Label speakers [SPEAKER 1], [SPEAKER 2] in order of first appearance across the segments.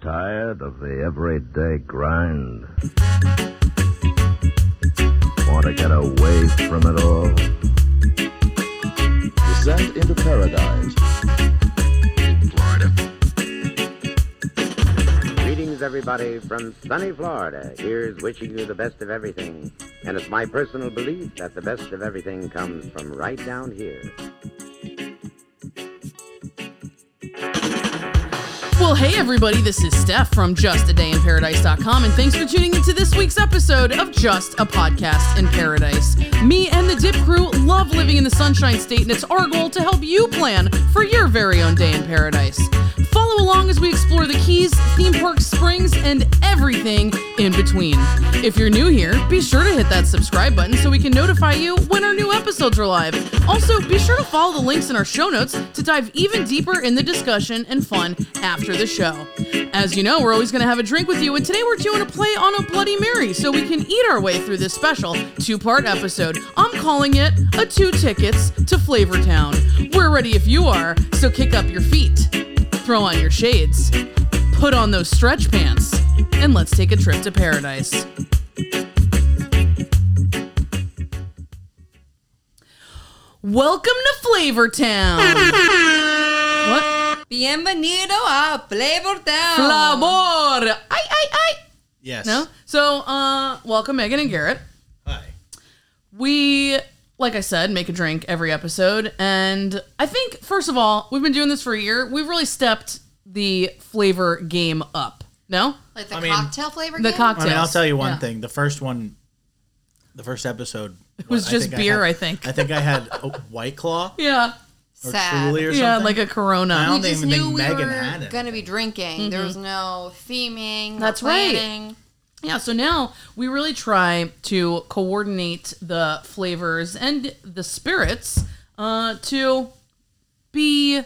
[SPEAKER 1] Tired of the everyday grind? Want to get away from it all?
[SPEAKER 2] Descent into paradise. Florida.
[SPEAKER 3] Greetings, everybody, from sunny Florida. Here's wishing you the best of everything. And it's my personal belief that the best of everything comes from right down here.
[SPEAKER 4] Well, hey, everybody, this is Steph from justadayinparadise.com, and thanks for tuning into this week's episode of Just a Podcast in Paradise. Me and the Dip Crew love living in the Sunshine State, and it's our goal to help you plan for your very own day in paradise. Follow along as we explore the Keys, theme parks, springs, and everything in between. If you're new here, be sure to hit that subscribe button so we can notify you when our new episodes are live. Also, be sure to follow the links in our show notes to dive even deeper in the discussion and fun after the show. As you know, we're always going to have a drink with you, and today we're doing a play on a Bloody Mary so we can eat our way through this special two part episode. I'm calling it a Two Tickets to Flavortown. We're ready if you are, so kick up your feet, throw on your shades, put on those stretch pants, and let's take a trip to paradise. Welcome to Flavortown. what?
[SPEAKER 5] Bienvenido a Flavor Town.
[SPEAKER 4] Labor. I, I, I.
[SPEAKER 6] Yes.
[SPEAKER 4] No? So, uh, welcome, Megan and Garrett.
[SPEAKER 6] Hi.
[SPEAKER 4] We, like I said, make a drink every episode. And I think, first of all, we've been doing this for a year. We've really stepped the flavor game up. No?
[SPEAKER 5] Like the
[SPEAKER 6] I mean-
[SPEAKER 5] cocktail flavor.
[SPEAKER 4] The
[SPEAKER 5] game?
[SPEAKER 4] cocktail.
[SPEAKER 6] I mean, I'll tell you one
[SPEAKER 4] Yeah.
[SPEAKER 6] thing. The first one, the first episode it
[SPEAKER 4] was just beer, I think.
[SPEAKER 6] I think I had a White Claw
[SPEAKER 4] Yeah.
[SPEAKER 6] or
[SPEAKER 5] Sad.
[SPEAKER 6] Truly or
[SPEAKER 4] Yeah,
[SPEAKER 6] something.
[SPEAKER 4] like a Corona.
[SPEAKER 6] I
[SPEAKER 5] We
[SPEAKER 6] don't
[SPEAKER 5] just
[SPEAKER 6] even
[SPEAKER 5] knew
[SPEAKER 6] think
[SPEAKER 5] we
[SPEAKER 6] Megan had
[SPEAKER 5] were
[SPEAKER 6] it.
[SPEAKER 5] going to be drinking. There was no theming. no
[SPEAKER 4] Mm-hmm. That's right.
[SPEAKER 5] planning.
[SPEAKER 4] Yeah, so now we really try to coordinate the flavors and the spirits uh, to be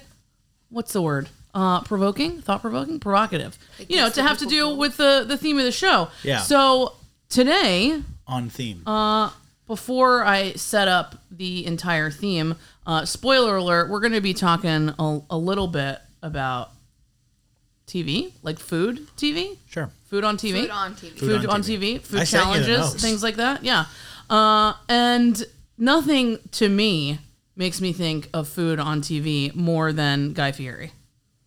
[SPEAKER 4] what's the word? Uh, provoking, thought provoking, provocative. You know,
[SPEAKER 5] gives
[SPEAKER 4] to
[SPEAKER 5] the
[SPEAKER 4] have to
[SPEAKER 5] people
[SPEAKER 4] do with the the theme of the show.
[SPEAKER 6] Yeah.
[SPEAKER 4] So today,
[SPEAKER 6] on theme.
[SPEAKER 4] Uh, before I set up the entire theme, uh, spoiler alert, we're going to be talking a, a little bit about TV, like food TV,
[SPEAKER 6] sure.
[SPEAKER 4] food on TV,
[SPEAKER 5] Food on TV.
[SPEAKER 4] food, on,
[SPEAKER 6] on
[SPEAKER 4] TV,
[SPEAKER 6] TV.
[SPEAKER 4] food
[SPEAKER 6] I sent you the
[SPEAKER 4] challenges,
[SPEAKER 6] notes.
[SPEAKER 4] things like that. Yeah. Uh, and nothing to me makes me think of food on TV more than Guy Fieri.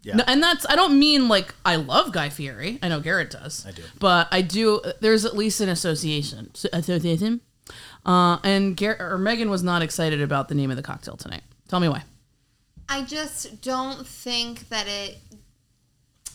[SPEAKER 6] Yeah.
[SPEAKER 4] No, and that's I don't mean like I love Guy Fieri. I know Garrett does. I
[SPEAKER 6] do.
[SPEAKER 4] But I do there's at least an association. So- Association. Uh, and Gar- or Megan was not excited about the name of the cocktail tonight. Tell me why.
[SPEAKER 5] I just don't think that it.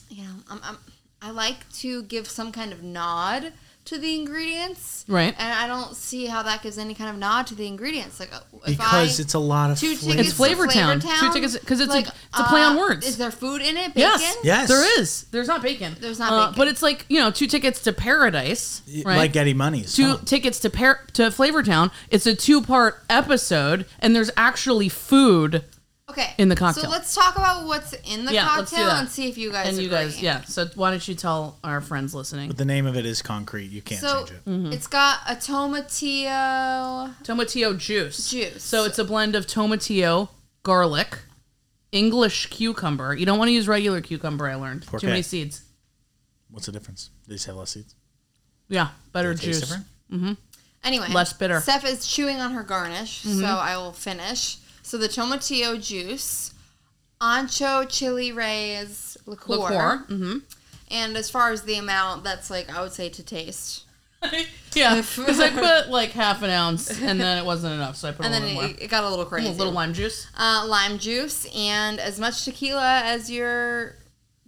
[SPEAKER 5] You know, I'm, I'm, I like to give some kind of nod to the ingredients.
[SPEAKER 4] Right.
[SPEAKER 5] And I don't see how that gives any kind of nod to the ingredients. Like, uh, if
[SPEAKER 6] Because
[SPEAKER 5] I,
[SPEAKER 6] it's a lot of
[SPEAKER 5] two
[SPEAKER 6] flavor.
[SPEAKER 5] tickets
[SPEAKER 4] It's Flavor
[SPEAKER 5] to
[SPEAKER 4] Town.
[SPEAKER 5] Flavor uh,
[SPEAKER 4] Two tickets- 'cause it's a- it's a play on words.
[SPEAKER 5] Is there food in it? Bacon?
[SPEAKER 4] Yes.
[SPEAKER 6] Yes.
[SPEAKER 4] There is. There's not bacon. Uh,
[SPEAKER 5] There's not bacon.
[SPEAKER 4] But it's like, you know, two tickets to paradise. Right?
[SPEAKER 6] Like Getty Money's.
[SPEAKER 4] two
[SPEAKER 6] song.
[SPEAKER 4] tickets to Par- to Flavortown. It's a two part episode, and there's actually food.
[SPEAKER 5] Okay.
[SPEAKER 4] In the cocktail.
[SPEAKER 5] So let's talk about what's in the
[SPEAKER 4] Yeah, let's do
[SPEAKER 5] cocktail
[SPEAKER 4] that.
[SPEAKER 5] and see if you guys
[SPEAKER 4] and you
[SPEAKER 5] agree.
[SPEAKER 4] guys, yeah. So why don't you tell our friends listening?
[SPEAKER 6] But the name of it is concrete. You can't
[SPEAKER 5] So
[SPEAKER 6] change it.
[SPEAKER 4] Mm-hmm.
[SPEAKER 5] it's got a tomatillo.
[SPEAKER 4] Tomatillo juice.
[SPEAKER 5] Juice.
[SPEAKER 4] So it's a blend of tomatillo, garlic, English cucumber. You don't want to use regular cucumber. I learned too
[SPEAKER 6] Okay.
[SPEAKER 4] many seeds.
[SPEAKER 6] What's the difference? They just have less seeds.
[SPEAKER 4] Yeah, better
[SPEAKER 6] They
[SPEAKER 4] juice.
[SPEAKER 6] taste different?
[SPEAKER 5] Anyway,
[SPEAKER 4] Less bitter. Mm-hmm.
[SPEAKER 5] Steph is chewing on her garnish, so I will finish. So the tomatillo juice, ancho chili rays liqueur,
[SPEAKER 4] Liqueur. hmm
[SPEAKER 5] and as far as the amount, that's like I would say to taste.
[SPEAKER 4] yeah, because I put like half an ounce, and then it wasn't enough, so I put
[SPEAKER 5] And
[SPEAKER 4] a
[SPEAKER 5] then
[SPEAKER 4] little more.
[SPEAKER 5] it, it got a little
[SPEAKER 4] A
[SPEAKER 5] crazy.
[SPEAKER 4] little lime juice.
[SPEAKER 5] uh, lime juice and as much tequila as your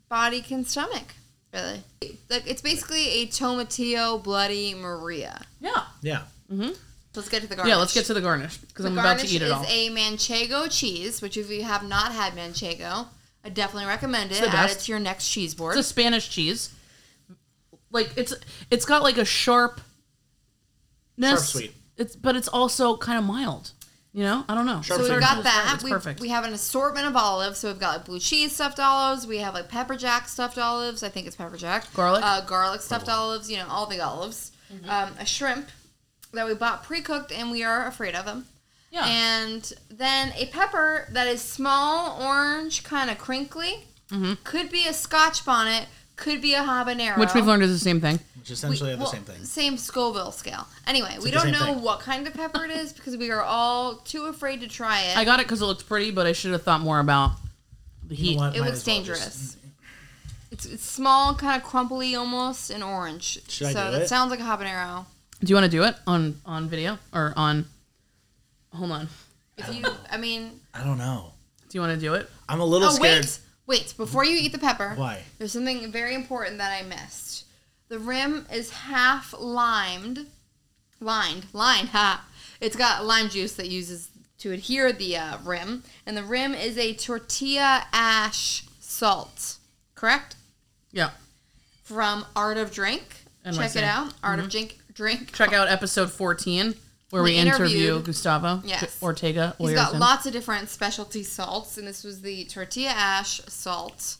[SPEAKER 5] body can stomach. Really, like it's basically a tomatillo bloody Maria.
[SPEAKER 4] Yeah.
[SPEAKER 6] Yeah.
[SPEAKER 5] Let's get to the garnish.
[SPEAKER 4] Yeah, let's get to the garnish because
[SPEAKER 5] the
[SPEAKER 4] I'm about
[SPEAKER 5] garnish
[SPEAKER 4] to eat it
[SPEAKER 5] is
[SPEAKER 4] all.
[SPEAKER 5] a manchego cheese, which if you have not had manchego, I definitely recommend it.
[SPEAKER 4] the
[SPEAKER 5] Add it
[SPEAKER 4] best.
[SPEAKER 5] to your next cheese board.
[SPEAKER 4] it's a Spanish cheese. Like it's it's got like a sharp
[SPEAKER 6] Sharp sweet.
[SPEAKER 4] It's but it's also kind of mild. You know, I don't know.
[SPEAKER 6] Sharp
[SPEAKER 5] so
[SPEAKER 6] it's
[SPEAKER 5] we've
[SPEAKER 6] sweet.
[SPEAKER 5] got that.
[SPEAKER 4] It's
[SPEAKER 5] We,
[SPEAKER 4] perfect.
[SPEAKER 5] we have an assortment of olives. So we've got like blue cheese stuffed olives. We have like pepper jack stuffed olives. I think it's pepper jack.
[SPEAKER 4] Garlic? Mm-hmm.
[SPEAKER 5] Uh, garlic stuffed olives. You know, all the olives. Um, a shrimp that we bought pre cooked and we are afraid of them.
[SPEAKER 4] yeah.
[SPEAKER 5] And then a pepper that is small, orange, kind of crinkly. Could be a scotch bonnet, could be a habanero.
[SPEAKER 4] Mm-hmm. Which we've learned is the same thing.
[SPEAKER 6] which essentially are the
[SPEAKER 5] well,
[SPEAKER 6] same thing.
[SPEAKER 5] Same Scoville scale. Anyway, we
[SPEAKER 6] the
[SPEAKER 5] don't
[SPEAKER 6] same
[SPEAKER 5] know
[SPEAKER 6] thing.
[SPEAKER 5] what kind of pepper it is because we are all too afraid to try it.
[SPEAKER 4] I got it because it looks pretty, but I should have thought more about the heat.
[SPEAKER 6] You know what?
[SPEAKER 5] it
[SPEAKER 6] Might
[SPEAKER 5] looks
[SPEAKER 6] as well mm,
[SPEAKER 5] dangerous. it's, it's small, kind of crumply almost, and orange.
[SPEAKER 6] Should I
[SPEAKER 5] so
[SPEAKER 6] do
[SPEAKER 5] that
[SPEAKER 6] it?
[SPEAKER 5] sounds like a habanero.
[SPEAKER 4] Do you want to do it on on video or on? Hold on.
[SPEAKER 5] If you, I mean,
[SPEAKER 6] I don't know.
[SPEAKER 4] Do you want to do it?
[SPEAKER 6] I'm a little
[SPEAKER 5] oh
[SPEAKER 6] scared.
[SPEAKER 5] wait, wait! Before you eat the pepper,
[SPEAKER 6] Why?
[SPEAKER 5] There's something very important that I missed. The rim is half limed, lined, lined. Ha! It's got lime juice that uses to adhere the uh, rim, and the rim is a tortilla ash salt. Correct?
[SPEAKER 4] Yeah.
[SPEAKER 5] From Art of Drink.
[SPEAKER 4] And
[SPEAKER 5] Check it
[SPEAKER 4] Marseille.
[SPEAKER 5] out. Art
[SPEAKER 6] Mm-hmm.
[SPEAKER 5] of Drink. Drink.
[SPEAKER 4] Check out episode 14 where we,
[SPEAKER 5] We
[SPEAKER 4] interview
[SPEAKER 5] interviewed-
[SPEAKER 4] Gustavo
[SPEAKER 5] Yes.
[SPEAKER 4] Ortega.
[SPEAKER 5] He's got
[SPEAKER 4] Oyerson.
[SPEAKER 5] lots of different specialty salts, and this was the tortilla ash salt.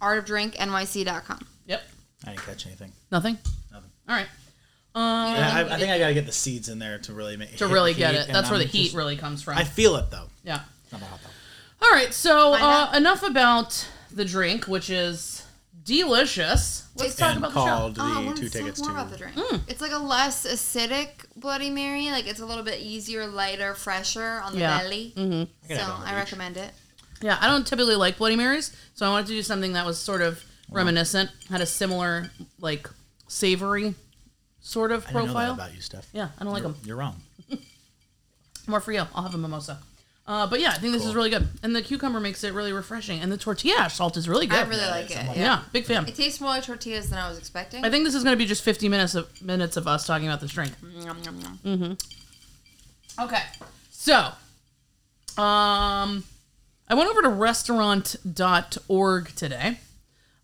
[SPEAKER 5] Art of Drink NYC.com.
[SPEAKER 4] Yep.
[SPEAKER 6] I didn't catch anything.
[SPEAKER 4] Nothing.
[SPEAKER 6] Nothing.
[SPEAKER 4] All right. Um,
[SPEAKER 6] I, I think I got to get the seeds in there to really make
[SPEAKER 4] To really get
[SPEAKER 6] heat,
[SPEAKER 4] it.
[SPEAKER 6] and
[SPEAKER 4] That's where the
[SPEAKER 6] I'm
[SPEAKER 4] heat
[SPEAKER 6] just-
[SPEAKER 4] really comes from.
[SPEAKER 6] I feel it though.
[SPEAKER 4] yeah.
[SPEAKER 6] Not the hot dog.
[SPEAKER 4] All right. So
[SPEAKER 5] Find
[SPEAKER 4] uh,
[SPEAKER 5] out.
[SPEAKER 4] enough about the drink, which is delicious. Let's
[SPEAKER 5] It's
[SPEAKER 4] talk
[SPEAKER 6] and
[SPEAKER 4] about the show. Ah,
[SPEAKER 6] called
[SPEAKER 5] Oh, I
[SPEAKER 6] the
[SPEAKER 5] wanted
[SPEAKER 6] two
[SPEAKER 5] to talk
[SPEAKER 6] tickets
[SPEAKER 5] more
[SPEAKER 6] to
[SPEAKER 5] about the drink.
[SPEAKER 4] Hmm.
[SPEAKER 5] It's like a less acidic Bloody Mary. Like it's a little bit easier, lighter, fresher on the
[SPEAKER 4] Yeah.
[SPEAKER 5] belly. Mm-hmm.
[SPEAKER 6] I
[SPEAKER 5] So
[SPEAKER 6] gotta go on the
[SPEAKER 5] I
[SPEAKER 6] beach.
[SPEAKER 5] recommend it.
[SPEAKER 4] Yeah, I don't typically like Bloody Marys, so I wanted to do something that was sort of reminiscent, had a similar like savory sort of
[SPEAKER 6] I didn't know that
[SPEAKER 4] profile.
[SPEAKER 6] about you, Steph.
[SPEAKER 4] Yeah, I don't like
[SPEAKER 6] You're,
[SPEAKER 4] them.
[SPEAKER 6] you're wrong.
[SPEAKER 4] More for you. I'll have a mimosa. Uh, but yeah, I think this is really good, and the cucumber makes it really refreshing, and the tortilla ash salt is really good.
[SPEAKER 5] I really like it.
[SPEAKER 6] it's
[SPEAKER 4] yeah.
[SPEAKER 5] Yeah.
[SPEAKER 4] big fan.
[SPEAKER 5] It tastes more like tortillas than I was expecting.
[SPEAKER 4] I think this is going to be just 50 minutes of minutes of us talking about this drink.
[SPEAKER 5] Yum, yum, yum.
[SPEAKER 4] Mm. Okay, so um, I went over to restaurant.org today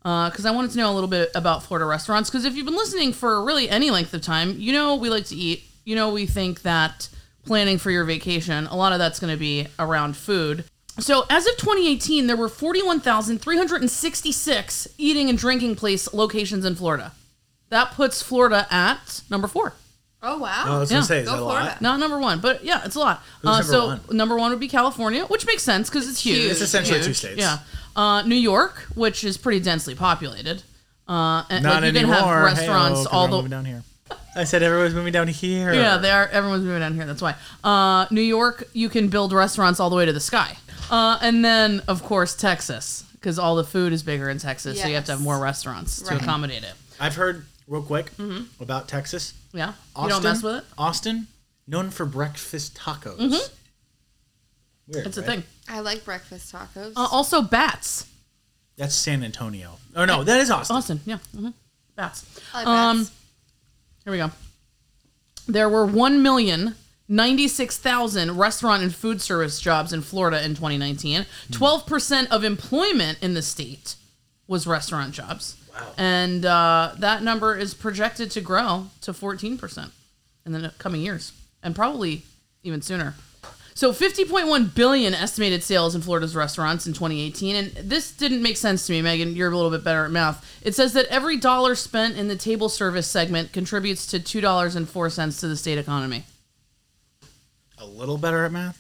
[SPEAKER 4] because I wanted to know a little bit about Florida restaurants. Because if you've been listening for really any length of time, you know we like to eat. You know we think that planning for your vacation, a lot of that's going to be around food. So as of 2018, there were 41,366 eating and drinking place locations in Florida. That puts Florida at number four.
[SPEAKER 5] Oh wow.
[SPEAKER 6] I was
[SPEAKER 4] Yeah.
[SPEAKER 6] gonna say, is
[SPEAKER 5] Go
[SPEAKER 6] that a
[SPEAKER 5] Florida.
[SPEAKER 6] lot?
[SPEAKER 4] Not number one, but yeah, it's a lot.
[SPEAKER 6] Who's
[SPEAKER 4] uh,
[SPEAKER 6] number
[SPEAKER 4] so
[SPEAKER 6] one?
[SPEAKER 4] number one would be California, which makes sense because it's huge.
[SPEAKER 6] It's essentially two states.
[SPEAKER 4] Yeah, uh, New York, which is pretty densely populated. Uh, and,
[SPEAKER 6] Not
[SPEAKER 4] like, you can
[SPEAKER 6] anymore. oh,
[SPEAKER 4] have restaurants
[SPEAKER 6] Hey-oh, 'cause
[SPEAKER 4] all
[SPEAKER 6] we're moving
[SPEAKER 4] the
[SPEAKER 6] down here. I said everyone's moving down here.
[SPEAKER 4] yeah they are. Everyone's moving down here. That's why. Uh, New York, you can build restaurants all the way to the sky. Uh, and then of course Texas, because all the food is bigger in Texas, so you have to have
[SPEAKER 5] Yes.
[SPEAKER 4] more restaurants
[SPEAKER 5] Right.
[SPEAKER 4] to accommodate it.
[SPEAKER 6] I've heard real quick about Texas.
[SPEAKER 4] Yeah,
[SPEAKER 6] Austin,
[SPEAKER 4] Mm-hmm. you don't mess with it. Mm-hmm.
[SPEAKER 6] Austin, known for breakfast tacos. Weird,
[SPEAKER 4] It's a
[SPEAKER 6] right?
[SPEAKER 4] thing.
[SPEAKER 5] I like breakfast tacos.
[SPEAKER 4] Uh, also bats.
[SPEAKER 6] That's San Antonio. Oh no, that is Austin.
[SPEAKER 4] Austin, yeah, hmm bats.
[SPEAKER 5] I like
[SPEAKER 4] um,
[SPEAKER 5] bats.
[SPEAKER 4] Here we go. There were 1,096,000 restaurant and food service jobs in Florida in 2019. 12% of employment in the state was restaurant jobs.
[SPEAKER 6] Wow.
[SPEAKER 4] And uh, that number is projected to grow to 14% in the coming years and probably even sooner. So 50.1 billion estimated sales in Florida's restaurants in 2018 and this didn't make sense to me Megan you're a little bit better at math. It says that every dollar spent in the table service segment contributes to $2.04 to the state economy.
[SPEAKER 6] A little better at math.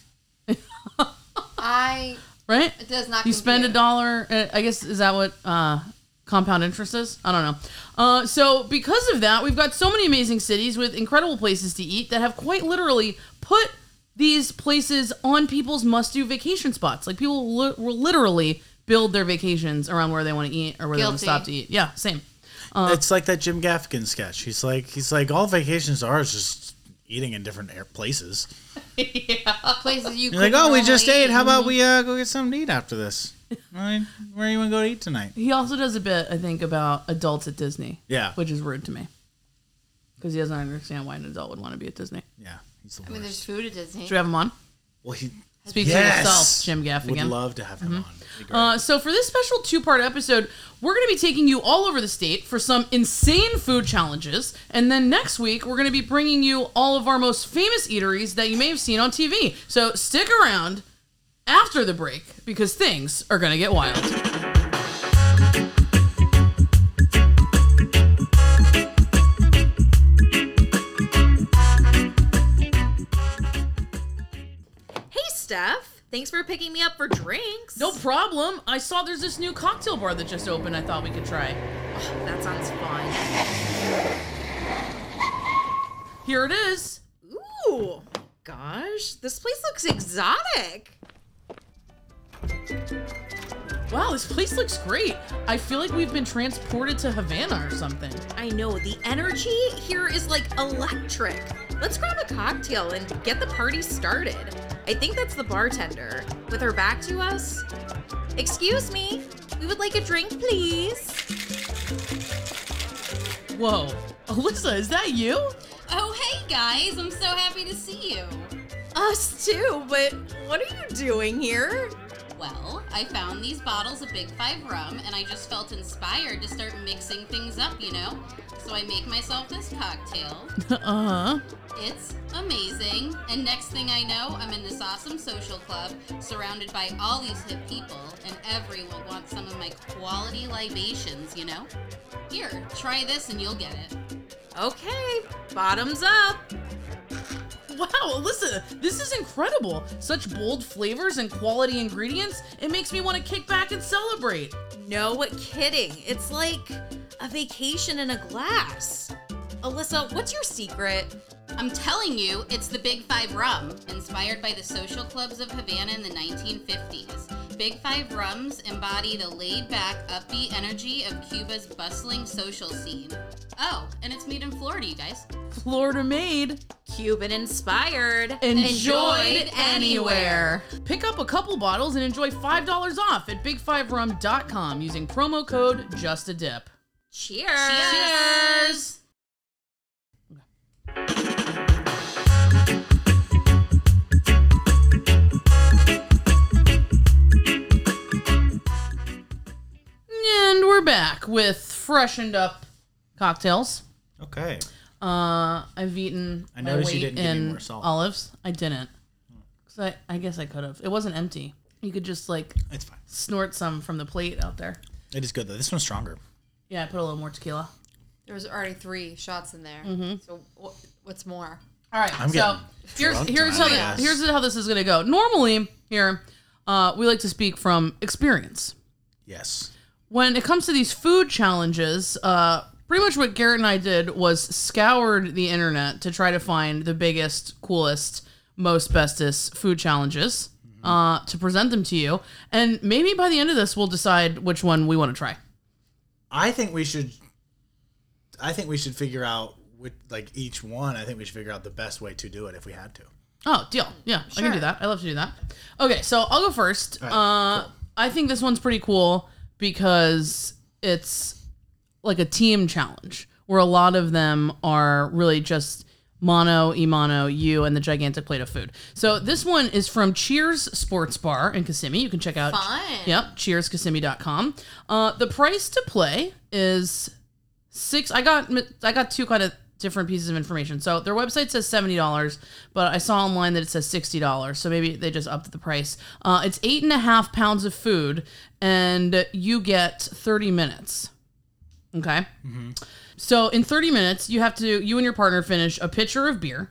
[SPEAKER 5] I
[SPEAKER 4] Right?
[SPEAKER 5] it does not.
[SPEAKER 4] You spend a
[SPEAKER 5] compute.
[SPEAKER 4] dollar. uh, I guess is that what uh, compound interest is? I don't know. Uh, so because of that, we've got so many amazing cities with incredible places to eat that have quite literally put these places on people's must-do vacation spots. Like people li- will literally build their vacations around where they want to eat or where they want to
[SPEAKER 5] Guilty.
[SPEAKER 4] stop to eat. Yeah, same. Uh,
[SPEAKER 6] it's like that Jim Gaffigan sketch. He's like, he's like, all vacations are is just eating in different air places.
[SPEAKER 5] Places you.
[SPEAKER 6] You're like, oh, we
[SPEAKER 5] couldn't
[SPEAKER 6] just
[SPEAKER 5] normally
[SPEAKER 6] ate. How
[SPEAKER 5] eat.
[SPEAKER 6] about we uh, go get something to eat after this? I mean, where you want to go to eat tonight?
[SPEAKER 4] He also does a bit, I think, about adults at Disney.
[SPEAKER 6] Yeah.
[SPEAKER 4] which is rude to me because he doesn't understand why an adult would want to be at Disney.
[SPEAKER 6] Yeah, he's the
[SPEAKER 5] I mean,
[SPEAKER 6] worst.
[SPEAKER 5] there's food at Disney.
[SPEAKER 4] Should we have him on?
[SPEAKER 6] well, he
[SPEAKER 4] Speak
[SPEAKER 6] yes,
[SPEAKER 4] for yourself, Jim Gaffigan.
[SPEAKER 6] Would love to have him on. It'd be great.
[SPEAKER 4] Uh, so for this special two-part episode, we're going to be taking you all over the state for some insane food challenges, and then next week we're going to be bringing you all of our most famous eateries that you may have seen on TV. So stick around after the break because things are going to get wild.
[SPEAKER 5] Hey, Steph.
[SPEAKER 7] Thanks for picking me up for drinks.
[SPEAKER 4] No problem. I saw there's this new cocktail bar that just opened. I thought we could try.
[SPEAKER 7] That sounds fun.
[SPEAKER 4] Here it is.
[SPEAKER 7] Ooh, gosh, this place looks exotic.
[SPEAKER 4] Wow, this place looks great. I feel like we've been transported to Havana or something.
[SPEAKER 7] I know, the energy here is like electric. Let's grab a cocktail and get the party started. I think that's the bartender, with her back to us. Excuse me, we would like a drink, please.
[SPEAKER 4] Whoa. Alyssa, is that you?
[SPEAKER 5] Oh, hey guys, I'm so happy to see you.
[SPEAKER 7] Us too, but what are you doing here?
[SPEAKER 5] Well, I found these bottles of Big Five rum and I just felt inspired to start mixing things up, you know? So I make myself this cocktail.
[SPEAKER 4] Uh huh.
[SPEAKER 5] It's amazing. And next thing I know, I'm in this awesome social club surrounded by all these hip people, and everyone wants some of my quality libations, you know? Here, try this and you'll get it.
[SPEAKER 7] Okay, bottoms up.
[SPEAKER 4] Wow, Alyssa, this is incredible. Such bold flavors and quality ingredients. It makes me want to kick back and celebrate.
[SPEAKER 7] No kidding. It's like a vacation in a glass. Alyssa, what's your secret?
[SPEAKER 5] I'm telling you, it's the Big Five Rum, inspired by the social clubs of Havana in the 1950s. Big Five Rums embody the laid back, upbeat energy of Cuba's bustling social scene. Oh, and it's made in Florida, you guys.
[SPEAKER 4] Florida made.
[SPEAKER 7] Cuban inspired.
[SPEAKER 4] Enjoyed
[SPEAKER 5] anywhere.
[SPEAKER 4] Pick up a couple bottles and enjoy $5 off at bigfiverum.com using promo code JUSTADIP.
[SPEAKER 7] Cheers.
[SPEAKER 5] Cheers!
[SPEAKER 4] And we're back with freshened up cocktails.
[SPEAKER 6] Okay.
[SPEAKER 4] Uh, I've eaten.
[SPEAKER 6] I
[SPEAKER 4] my
[SPEAKER 6] noticed you
[SPEAKER 4] weight
[SPEAKER 6] didn't give me
[SPEAKER 4] in
[SPEAKER 6] more salt.
[SPEAKER 4] Olives. I didn't. Cause I, I guess I could have. It wasn't empty. You could just like
[SPEAKER 6] It's fine.
[SPEAKER 4] snort some from the plate out there.
[SPEAKER 6] It is good though. This one's stronger.
[SPEAKER 4] Yeah, I put a little more tequila.
[SPEAKER 5] There was already three shots in there. So wh- what's more?
[SPEAKER 4] All right,
[SPEAKER 6] I'm
[SPEAKER 4] so here's
[SPEAKER 6] drunk
[SPEAKER 4] here's how
[SPEAKER 6] tonight,
[SPEAKER 4] the,
[SPEAKER 6] I guess.
[SPEAKER 4] here's how this is gonna go. Normally, here uh, we like to speak from experience.
[SPEAKER 6] Yes.
[SPEAKER 4] When it comes to these food challenges, uh, pretty much what Garrett and I did was scoured the internet to try to find the biggest, coolest, most bestest food challenges uh, to present them to you. And maybe by the end of this, we'll decide which one we want to try.
[SPEAKER 6] I think we should. I think we should figure out which, like each one. I think we should figure out the best way to do it if we had to.
[SPEAKER 4] Oh, deal. Yeah, I can do that. I love to do that. Okay, so I'll go first. uh, I think this one's pretty cool because it's like a team challenge where a lot of them are really just mono, imano, you, and the gigantic plate of food. So this one is from Cheers Sports Bar in Kissimmee. You can check out.
[SPEAKER 5] Fun.
[SPEAKER 4] Yep, cheerskissimmee.com. Uh, the price to play is six i got i got two kind of different pieces of information so their website says $70 but i saw online that it says $60 so maybe they just upped the price uh, it's eight and a half pounds of food and you get 30 minutes okay so in 30 minutes you have to you and your partner finish a pitcher of beer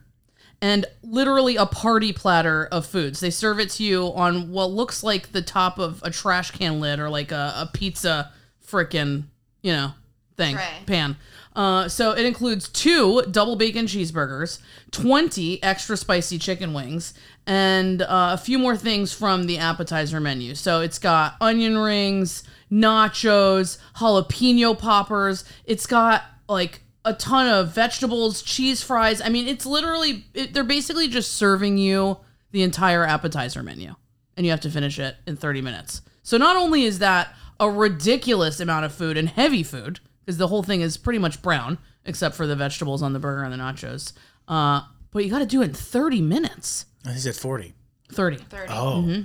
[SPEAKER 4] and literally a party platter of foods. They serve it to you on what looks like the top of a trash can lid or like a, a pizza frickin', you know, thing,
[SPEAKER 5] Tray.
[SPEAKER 4] pan. Uh, so it includes two double bacon cheeseburgers, 20 extra spicy chicken wings, and uh, a few more things from the appetizer menu. So it's got onion rings, nachos, jalapeno poppers. It's got like a ton of vegetables, cheese fries. I mean, it's literally it, they're basically just serving you the entire appetizer menu, and you have to finish it in 30 minutes. So not only is that a ridiculous amount of food and heavy food, because the whole thing is pretty much brown except for the vegetables on the burger and the nachos. Uh, but you got to do it in 30 minutes.
[SPEAKER 6] I think it's at forty.
[SPEAKER 4] 30.
[SPEAKER 5] 30.
[SPEAKER 6] Oh,
[SPEAKER 4] Mm-hmm.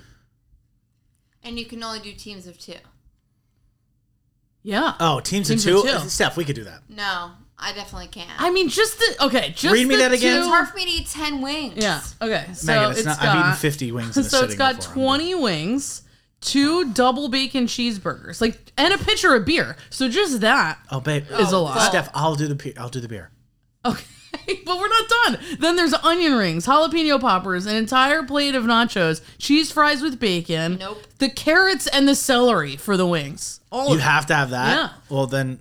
[SPEAKER 5] And you can only do teams of two.
[SPEAKER 4] Yeah.
[SPEAKER 6] oh, teams,
[SPEAKER 4] Teams
[SPEAKER 6] of
[SPEAKER 4] of
[SPEAKER 6] two.
[SPEAKER 4] two.
[SPEAKER 6] Steph, we could do that.
[SPEAKER 5] No, I definitely can't.
[SPEAKER 4] I mean, just the okay. Just
[SPEAKER 6] Read me
[SPEAKER 4] the
[SPEAKER 6] that again.
[SPEAKER 5] it's
[SPEAKER 4] two-
[SPEAKER 5] hard for me to eat 10 wings.
[SPEAKER 4] Yeah. Okay. So
[SPEAKER 6] Megan, it's,
[SPEAKER 4] it's
[SPEAKER 6] not.
[SPEAKER 4] got,
[SPEAKER 6] I've eaten fifty wings. In a
[SPEAKER 4] so it's
[SPEAKER 6] sitting
[SPEAKER 4] got
[SPEAKER 6] before. I'm-
[SPEAKER 4] 20 wings, two double bacon cheeseburgers, like, and a pitcher of beer. So just that.
[SPEAKER 6] Oh, babe,
[SPEAKER 4] is a lot.
[SPEAKER 6] Steph, I'll do the pe- I'll do the beer.
[SPEAKER 4] Okay. but we're not done. Then there's onion rings, jalapeno poppers, an entire plate of nachos, cheese fries with bacon.
[SPEAKER 5] Nope.
[SPEAKER 4] The carrots and the celery for the wings. All
[SPEAKER 6] You
[SPEAKER 4] of it.
[SPEAKER 6] have to have that.
[SPEAKER 4] Oh, Yeah.
[SPEAKER 6] Well, then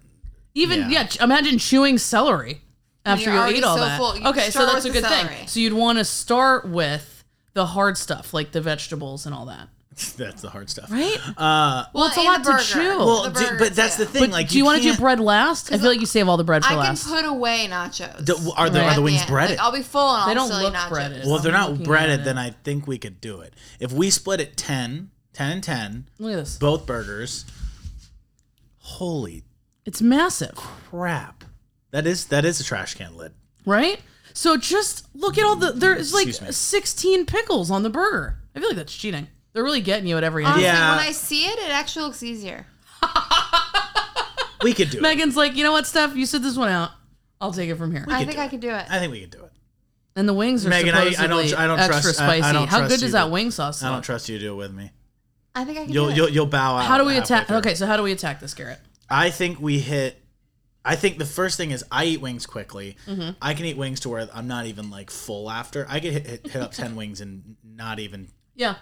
[SPEAKER 4] Even yeah.
[SPEAKER 6] yeah.
[SPEAKER 4] ch- imagine chewing celery after
[SPEAKER 5] you're
[SPEAKER 4] you
[SPEAKER 5] already
[SPEAKER 4] eat all
[SPEAKER 5] so
[SPEAKER 4] that.
[SPEAKER 5] full, you
[SPEAKER 4] Okay, so
[SPEAKER 5] start
[SPEAKER 4] that's a
[SPEAKER 5] with
[SPEAKER 4] good
[SPEAKER 5] the
[SPEAKER 4] thing.
[SPEAKER 5] celery.
[SPEAKER 4] So you'd want to start with the hard stuff like the vegetables and all that,
[SPEAKER 6] that's the hard stuff.
[SPEAKER 4] right?
[SPEAKER 6] Uh,
[SPEAKER 5] Well,
[SPEAKER 4] it's a
[SPEAKER 5] and
[SPEAKER 4] lot
[SPEAKER 5] the
[SPEAKER 4] to
[SPEAKER 5] burger.
[SPEAKER 4] chew.
[SPEAKER 6] well,
[SPEAKER 5] The
[SPEAKER 6] do-
[SPEAKER 5] burgers,
[SPEAKER 6] but that's the
[SPEAKER 5] yeah.
[SPEAKER 6] thing.
[SPEAKER 4] But
[SPEAKER 6] like,
[SPEAKER 4] do you, want to do
[SPEAKER 6] can't-
[SPEAKER 4] bread last? I feel like you save all the bread for
[SPEAKER 5] I
[SPEAKER 4] last.
[SPEAKER 5] can put away nachos.
[SPEAKER 6] Do- are the-
[SPEAKER 5] Right
[SPEAKER 6] are the
[SPEAKER 5] at
[SPEAKER 6] wings
[SPEAKER 5] end.
[SPEAKER 6] breaded?
[SPEAKER 5] Like, I'll be full and I'll
[SPEAKER 4] They don't
[SPEAKER 5] still
[SPEAKER 4] look
[SPEAKER 5] eat nachos.
[SPEAKER 4] breaded.
[SPEAKER 6] Well, if they're not
[SPEAKER 4] I'm looking at
[SPEAKER 6] breaded,
[SPEAKER 4] it.
[SPEAKER 6] then I think we could do it. If we split it 10, 10 and 10,
[SPEAKER 4] Look at this.
[SPEAKER 6] both burgers. Holy
[SPEAKER 4] It's massive,
[SPEAKER 6] crap. That is that is a trash can lid.
[SPEAKER 4] right? So just look at all the there's like
[SPEAKER 6] Excuse me.
[SPEAKER 4] 16 pickles on the burger. I feel like that's cheating. They're really getting you at every angle.
[SPEAKER 5] Honestly,
[SPEAKER 6] Yeah.
[SPEAKER 5] when I see it, it actually looks easier.
[SPEAKER 6] We could do it.
[SPEAKER 4] Megan's like, you know what, Steph? You sit this one out. I'll take it from here.
[SPEAKER 5] I
[SPEAKER 6] could
[SPEAKER 5] think
[SPEAKER 6] do
[SPEAKER 5] I could do it.
[SPEAKER 6] I think we could do it.
[SPEAKER 4] And the wings are
[SPEAKER 6] Megan, I- I
[SPEAKER 4] supposedly
[SPEAKER 6] don't- I don't
[SPEAKER 4] extra
[SPEAKER 6] trust- I- I
[SPEAKER 4] spicy.
[SPEAKER 6] don't
[SPEAKER 4] How
[SPEAKER 6] trust
[SPEAKER 4] good
[SPEAKER 6] you,
[SPEAKER 4] does that
[SPEAKER 6] but
[SPEAKER 4] wing sauce?
[SPEAKER 6] I don't
[SPEAKER 4] look?
[SPEAKER 6] trust you to do it with me.
[SPEAKER 5] I think I could
[SPEAKER 6] You'll
[SPEAKER 5] do it.
[SPEAKER 6] you'll you'll bow out.
[SPEAKER 4] How do we
[SPEAKER 6] halfway
[SPEAKER 4] attack?
[SPEAKER 6] through.
[SPEAKER 4] Okay, so how do we attack this Garrett?
[SPEAKER 6] I think we hit. I think the first thing is I eat wings quickly.
[SPEAKER 4] Mm-hmm.
[SPEAKER 6] I can eat wings to where I'm not even like full after. I could hit, hit, hit up ten wings in not even
[SPEAKER 4] Yeah.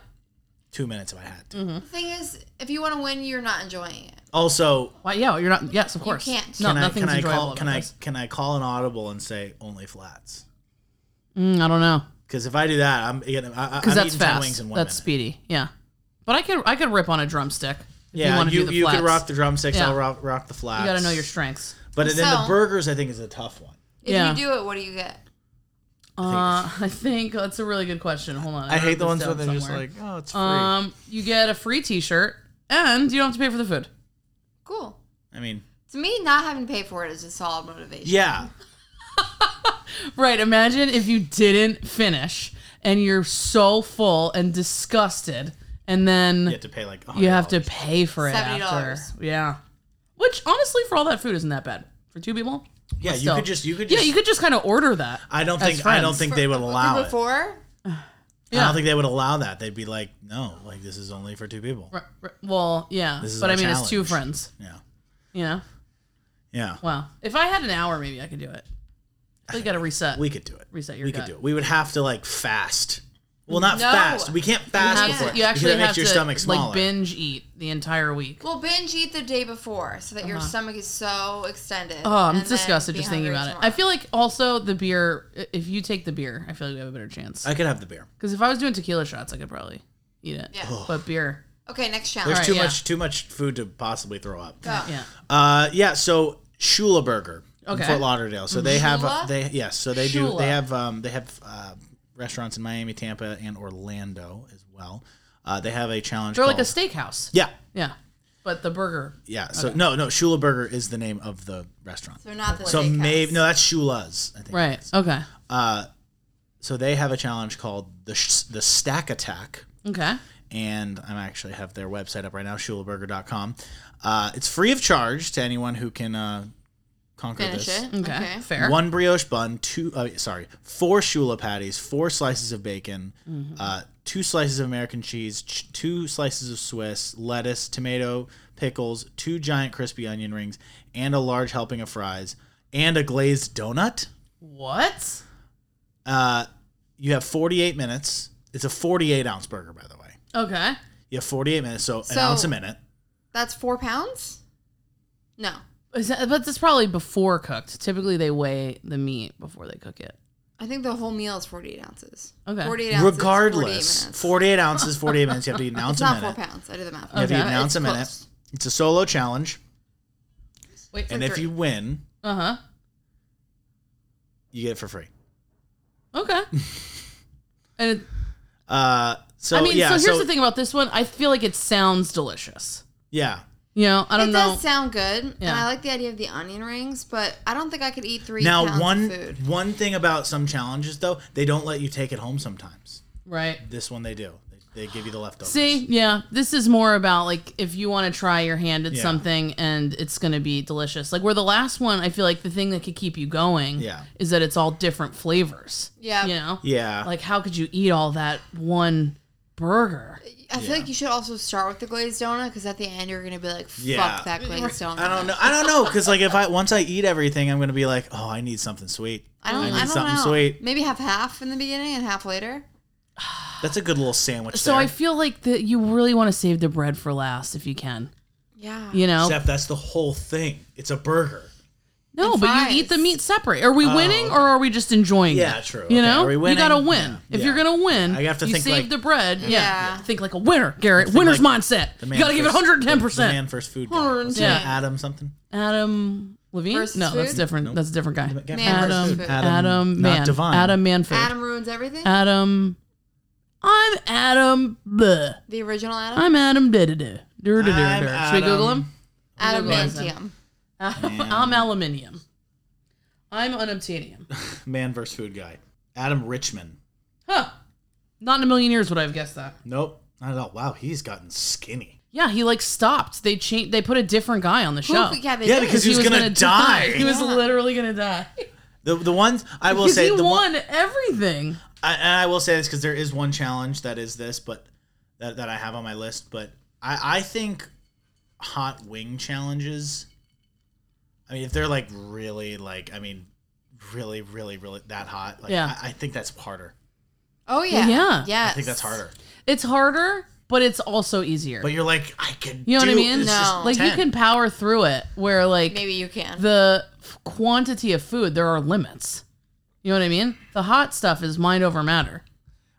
[SPEAKER 6] two minutes if I had
[SPEAKER 4] Mm-hmm.
[SPEAKER 6] to.
[SPEAKER 5] the thing is, if you want to win, you're not enjoying it.
[SPEAKER 6] Also,
[SPEAKER 4] Why? Yeah, you're not. Yes, of course.
[SPEAKER 5] can't.
[SPEAKER 4] No,
[SPEAKER 6] can I
[SPEAKER 4] nothing's
[SPEAKER 6] can I
[SPEAKER 4] enjoyable.
[SPEAKER 6] call
[SPEAKER 4] about
[SPEAKER 6] can I
[SPEAKER 4] this.
[SPEAKER 6] can I call an audible and say only flats?
[SPEAKER 4] Mm, I don't know
[SPEAKER 6] Because if I do that, I'm you know, I,
[SPEAKER 4] because
[SPEAKER 6] I'm
[SPEAKER 4] that's
[SPEAKER 6] eating
[SPEAKER 4] fast.
[SPEAKER 6] ten wings in one
[SPEAKER 4] that's
[SPEAKER 6] minute.
[SPEAKER 4] speedy. Yeah, but I could I could rip on a drumstick. If you,
[SPEAKER 6] yeah,
[SPEAKER 4] wanna
[SPEAKER 6] you
[SPEAKER 4] do the
[SPEAKER 6] you
[SPEAKER 4] flats.
[SPEAKER 6] could rock the drumsticks.
[SPEAKER 4] Yeah.
[SPEAKER 6] I'll rock, rock the flats.
[SPEAKER 4] You got to know your strengths.
[SPEAKER 6] But then the
[SPEAKER 5] So-
[SPEAKER 6] burgers, I think, is a tough one.
[SPEAKER 5] If
[SPEAKER 4] Yeah.
[SPEAKER 5] you do it, what do you get?
[SPEAKER 4] Uh, I think that's a really good question. Hold on,
[SPEAKER 6] I,
[SPEAKER 4] wrote
[SPEAKER 6] hate the
[SPEAKER 4] this
[SPEAKER 6] ones where
[SPEAKER 4] down
[SPEAKER 6] they're just
[SPEAKER 4] somewhere.
[SPEAKER 6] like, oh, it's free.
[SPEAKER 4] um, you get a free T-shirt and you don't have to pay for the food.
[SPEAKER 5] Cool.
[SPEAKER 6] I mean,
[SPEAKER 5] To me, not having to pay for it is a solid motivation.
[SPEAKER 6] yeah,
[SPEAKER 4] Right. Imagine if you didn't finish and you're so full and disgusted, and then
[SPEAKER 6] you have to pay like.
[SPEAKER 4] you have to
[SPEAKER 6] $100.
[SPEAKER 4] pay for it
[SPEAKER 5] $70.
[SPEAKER 4] after. Yeah. Which honestly, for all that food, isn't that bad for two people.
[SPEAKER 6] Yeah, you
[SPEAKER 4] still.
[SPEAKER 6] could just you could
[SPEAKER 4] Yeah,
[SPEAKER 6] just
[SPEAKER 4] you could just kind of order that.
[SPEAKER 6] I don't
[SPEAKER 4] as
[SPEAKER 6] think I don't
[SPEAKER 4] friends.
[SPEAKER 6] think they would allow it.
[SPEAKER 5] Before,
[SPEAKER 6] I
[SPEAKER 4] Yeah.
[SPEAKER 6] don't think they would allow that. They'd be like, no, like this is only for two people.
[SPEAKER 4] R- r- well, yeah,
[SPEAKER 6] This is
[SPEAKER 4] but
[SPEAKER 6] our
[SPEAKER 4] I mean, it's two
[SPEAKER 6] challenge.
[SPEAKER 4] friends.
[SPEAKER 6] Yeah,
[SPEAKER 4] You know.
[SPEAKER 6] yeah,
[SPEAKER 4] Wow. If I had an hour, maybe I could do it. But you got to reset.
[SPEAKER 6] we could do it.
[SPEAKER 4] reset your
[SPEAKER 6] we
[SPEAKER 4] gut.
[SPEAKER 6] could do it. We would have to like fast. Well, not
[SPEAKER 5] No.
[SPEAKER 6] fast. We can't fast
[SPEAKER 4] Have
[SPEAKER 6] before
[SPEAKER 4] to- you actually
[SPEAKER 6] because it makes
[SPEAKER 4] have
[SPEAKER 6] your
[SPEAKER 4] to
[SPEAKER 6] stomach smaller.
[SPEAKER 4] like binge eat the entire week.
[SPEAKER 5] well, binge eat the day before so that your stomach is so extended.
[SPEAKER 4] Oh, I'm
[SPEAKER 5] and then
[SPEAKER 4] disgusted
[SPEAKER 5] be
[SPEAKER 4] just thinking
[SPEAKER 5] hungry
[SPEAKER 4] about it. I
[SPEAKER 5] tomorrow.
[SPEAKER 4] feel like also the beer. i- If you take the beer, I feel like we have a better chance.
[SPEAKER 6] I could have the beer.
[SPEAKER 4] Because if I was doing tequila shots, I could probably eat it.
[SPEAKER 5] Yeah.
[SPEAKER 4] But beer,
[SPEAKER 5] Okay, next challenge.
[SPEAKER 6] There's
[SPEAKER 4] Alright,
[SPEAKER 6] too
[SPEAKER 4] yeah.
[SPEAKER 6] much too much food to possibly throw up.
[SPEAKER 5] Go.
[SPEAKER 4] yeah.
[SPEAKER 6] Uh, yeah. So Shula Burger
[SPEAKER 4] Okay.
[SPEAKER 6] in Fort Lauderdale. So they have
[SPEAKER 5] Shula?
[SPEAKER 6] they yes. So they do.
[SPEAKER 4] Shula.
[SPEAKER 6] They have um, they have uh, restaurants in Miami, Tampa, and Orlando as well. Uh, they have a challenge.
[SPEAKER 4] They're like a
[SPEAKER 6] called-
[SPEAKER 4] steakhouse.
[SPEAKER 6] Yeah,
[SPEAKER 4] Yeah. But the burger.
[SPEAKER 6] yeah. So no, no. Shula Burger is the name of the restaurant.
[SPEAKER 5] So not the
[SPEAKER 6] So
[SPEAKER 5] steakhouse.
[SPEAKER 6] maybe no, that's Shula's. I think.
[SPEAKER 4] Right. Okay.
[SPEAKER 6] Uh, so they have a challenge called the sh- the Stack Attack.
[SPEAKER 4] Okay.
[SPEAKER 6] and I'm actually have their website up right now, shulaburger.com. Uh, it's free of charge to anyone who can uh, conquer
[SPEAKER 5] finish
[SPEAKER 6] this.
[SPEAKER 5] it.
[SPEAKER 4] Okay.
[SPEAKER 5] Okay.
[SPEAKER 4] Fair.
[SPEAKER 6] One brioche bun, two uh, sorry, four shula patties, four slices of bacon,
[SPEAKER 5] Mm-hmm.
[SPEAKER 6] uh, two slices of American cheese, ch- two slices of Swiss lettuce, tomato, pickles, two giant crispy onion rings, and a large helping of fries, and a glazed donut.
[SPEAKER 4] What?
[SPEAKER 6] Uh, you have 48 minutes. It's a 48 ounce burger, by the way.
[SPEAKER 4] Okay.
[SPEAKER 6] You have 48 minutes, so an
[SPEAKER 5] So-
[SPEAKER 6] ounce a minute.
[SPEAKER 5] That's four pounds. No,
[SPEAKER 4] Is that, but that's probably before cooked. Typically, they weigh the meat before they cook it.
[SPEAKER 5] I think the whole meal is 48 ounces.
[SPEAKER 4] Okay.
[SPEAKER 5] 48 ounces.
[SPEAKER 6] regardless 48,
[SPEAKER 5] 48 minutes.
[SPEAKER 6] ounces 48 minutes you have to eat an ounce
[SPEAKER 5] it's
[SPEAKER 6] a
[SPEAKER 5] not four
[SPEAKER 6] minute
[SPEAKER 5] pounds. I did the math.
[SPEAKER 6] you have to eat
[SPEAKER 4] Okay.
[SPEAKER 6] an ounce a
[SPEAKER 5] It's
[SPEAKER 6] minute
[SPEAKER 5] close.
[SPEAKER 6] it's a solo challenge
[SPEAKER 4] Wait.
[SPEAKER 6] and if you win
[SPEAKER 4] Uh huh.
[SPEAKER 6] you get it for free
[SPEAKER 4] Okay. and it,
[SPEAKER 6] uh so
[SPEAKER 4] I mean,
[SPEAKER 6] yeah
[SPEAKER 4] so here's the thing about this one. I feel like it sounds delicious.
[SPEAKER 6] yeah
[SPEAKER 4] You know, I don't
[SPEAKER 5] it
[SPEAKER 4] know.
[SPEAKER 5] does sound good, and
[SPEAKER 4] Yeah.
[SPEAKER 5] I like the idea of the onion rings, but I don't think I could eat three
[SPEAKER 6] now
[SPEAKER 5] pounds
[SPEAKER 6] one
[SPEAKER 5] of food.
[SPEAKER 6] one thing about some challenges though they don't let you take it home sometimes
[SPEAKER 4] right.
[SPEAKER 6] this one they do they, they give you the leftovers
[SPEAKER 4] See, yeah, this is more about like if you want to try your hand at
[SPEAKER 6] Yeah.
[SPEAKER 4] something and it's going to be delicious. Like where the last one, I feel like the thing that could keep you going
[SPEAKER 6] Yeah.
[SPEAKER 4] is that it's all different flavors.
[SPEAKER 5] Yeah.
[SPEAKER 4] You know?
[SPEAKER 6] yeah
[SPEAKER 4] Like how could you eat all that one burger.
[SPEAKER 5] I feel like you should also start with the glazed donut because at the end you're gonna be like, "Fuck
[SPEAKER 6] Yeah.
[SPEAKER 5] that glazed donut."
[SPEAKER 6] I don't know. I don't know because like if I once I eat everything, I'm gonna be like, oh, I need something sweet.
[SPEAKER 5] I don't. I,
[SPEAKER 6] need
[SPEAKER 5] don't
[SPEAKER 6] something
[SPEAKER 5] know.
[SPEAKER 6] sweet.
[SPEAKER 5] Maybe have half in the beginning and half later.
[SPEAKER 6] That's a good little sandwich.
[SPEAKER 4] So
[SPEAKER 6] there.
[SPEAKER 4] I feel like that you really want to save the bread for last if you can.
[SPEAKER 5] Yeah.
[SPEAKER 4] You know,
[SPEAKER 6] Except that's the whole thing. It's a burger.
[SPEAKER 4] no,
[SPEAKER 5] And
[SPEAKER 4] but
[SPEAKER 5] fries.
[SPEAKER 4] you eat the meat separate. Are we winning or are we just enjoying?
[SPEAKER 6] Oh, Yeah,
[SPEAKER 4] it?
[SPEAKER 6] true.
[SPEAKER 4] You
[SPEAKER 6] Okay,
[SPEAKER 4] know,
[SPEAKER 6] are we
[SPEAKER 4] you gotta
[SPEAKER 6] winning?
[SPEAKER 4] win.
[SPEAKER 6] Yeah.
[SPEAKER 4] If
[SPEAKER 6] Yeah.
[SPEAKER 4] you're gonna win,
[SPEAKER 6] I have to
[SPEAKER 4] you
[SPEAKER 6] think
[SPEAKER 4] save
[SPEAKER 6] like-
[SPEAKER 4] the bread. Yeah.
[SPEAKER 5] Yeah.
[SPEAKER 4] think like a winner, Garrett. Winner's
[SPEAKER 6] like
[SPEAKER 4] mindset.
[SPEAKER 6] The
[SPEAKER 4] You gotta give it
[SPEAKER 6] first-
[SPEAKER 4] 110.
[SPEAKER 6] The
[SPEAKER 4] percent
[SPEAKER 6] man first food.
[SPEAKER 5] Horns.
[SPEAKER 6] Guy. What's his
[SPEAKER 5] Yeah.
[SPEAKER 6] name? Adam something.
[SPEAKER 4] Adam Levine.
[SPEAKER 5] Versus
[SPEAKER 4] no, that's
[SPEAKER 5] food?
[SPEAKER 4] different. That's a different guy.
[SPEAKER 6] Guy
[SPEAKER 5] Man
[SPEAKER 6] first
[SPEAKER 5] versus
[SPEAKER 4] Adam.
[SPEAKER 6] food.
[SPEAKER 5] food.
[SPEAKER 4] Adam.
[SPEAKER 6] not
[SPEAKER 4] Man.
[SPEAKER 6] divine.
[SPEAKER 4] Adam Manford.
[SPEAKER 5] Adam ruins everything.
[SPEAKER 4] Uh, Adam. I'm Adam. Bleh.
[SPEAKER 5] the original Adam.
[SPEAKER 4] I'm Adam. Da da da. Dur, dur, dur,
[SPEAKER 6] I'm
[SPEAKER 4] dur. Should we Google him?
[SPEAKER 5] Adam
[SPEAKER 4] Google his
[SPEAKER 5] Mantium.
[SPEAKER 4] I'm aluminium. I'm unobtainium.
[SPEAKER 6] Man versus food guy. Adam Richman.
[SPEAKER 4] Huh. Not in a million years would I have guessed that.
[SPEAKER 6] Nope. Not at all. Wow, he's gotten skinny.
[SPEAKER 4] Yeah, he like stopped. They changed. They put a different guy on the show.
[SPEAKER 5] Who- yeah, they
[SPEAKER 6] Yeah,
[SPEAKER 5] did.
[SPEAKER 6] because he was, gonna, die.
[SPEAKER 4] He was literally gonna die.
[SPEAKER 6] the the ones I will
[SPEAKER 4] Because
[SPEAKER 6] say
[SPEAKER 4] he
[SPEAKER 6] the one
[SPEAKER 4] won everything.
[SPEAKER 6] I, and I will say this because there is one challenge that is this, but that, that I have on my list. But I, I think hot wing challenges. I mean, if they're like really like, I mean, really, really, really that hot. Like,
[SPEAKER 4] Yeah.
[SPEAKER 6] I, I think that's harder.
[SPEAKER 5] Oh yeah.
[SPEAKER 4] Yeah.
[SPEAKER 5] Yes.
[SPEAKER 6] I think that's harder.
[SPEAKER 4] It's harder, but it's also easier.
[SPEAKER 6] But you're like, I can.
[SPEAKER 4] you know what I
[SPEAKER 6] do-
[SPEAKER 4] mean?
[SPEAKER 6] it's just
[SPEAKER 4] Like you
[SPEAKER 6] 10.
[SPEAKER 4] can power through it. Where like
[SPEAKER 5] Maybe you can.
[SPEAKER 4] the f- quantity of food, there are limits. You know what I mean? The hot stuff is mind over matter.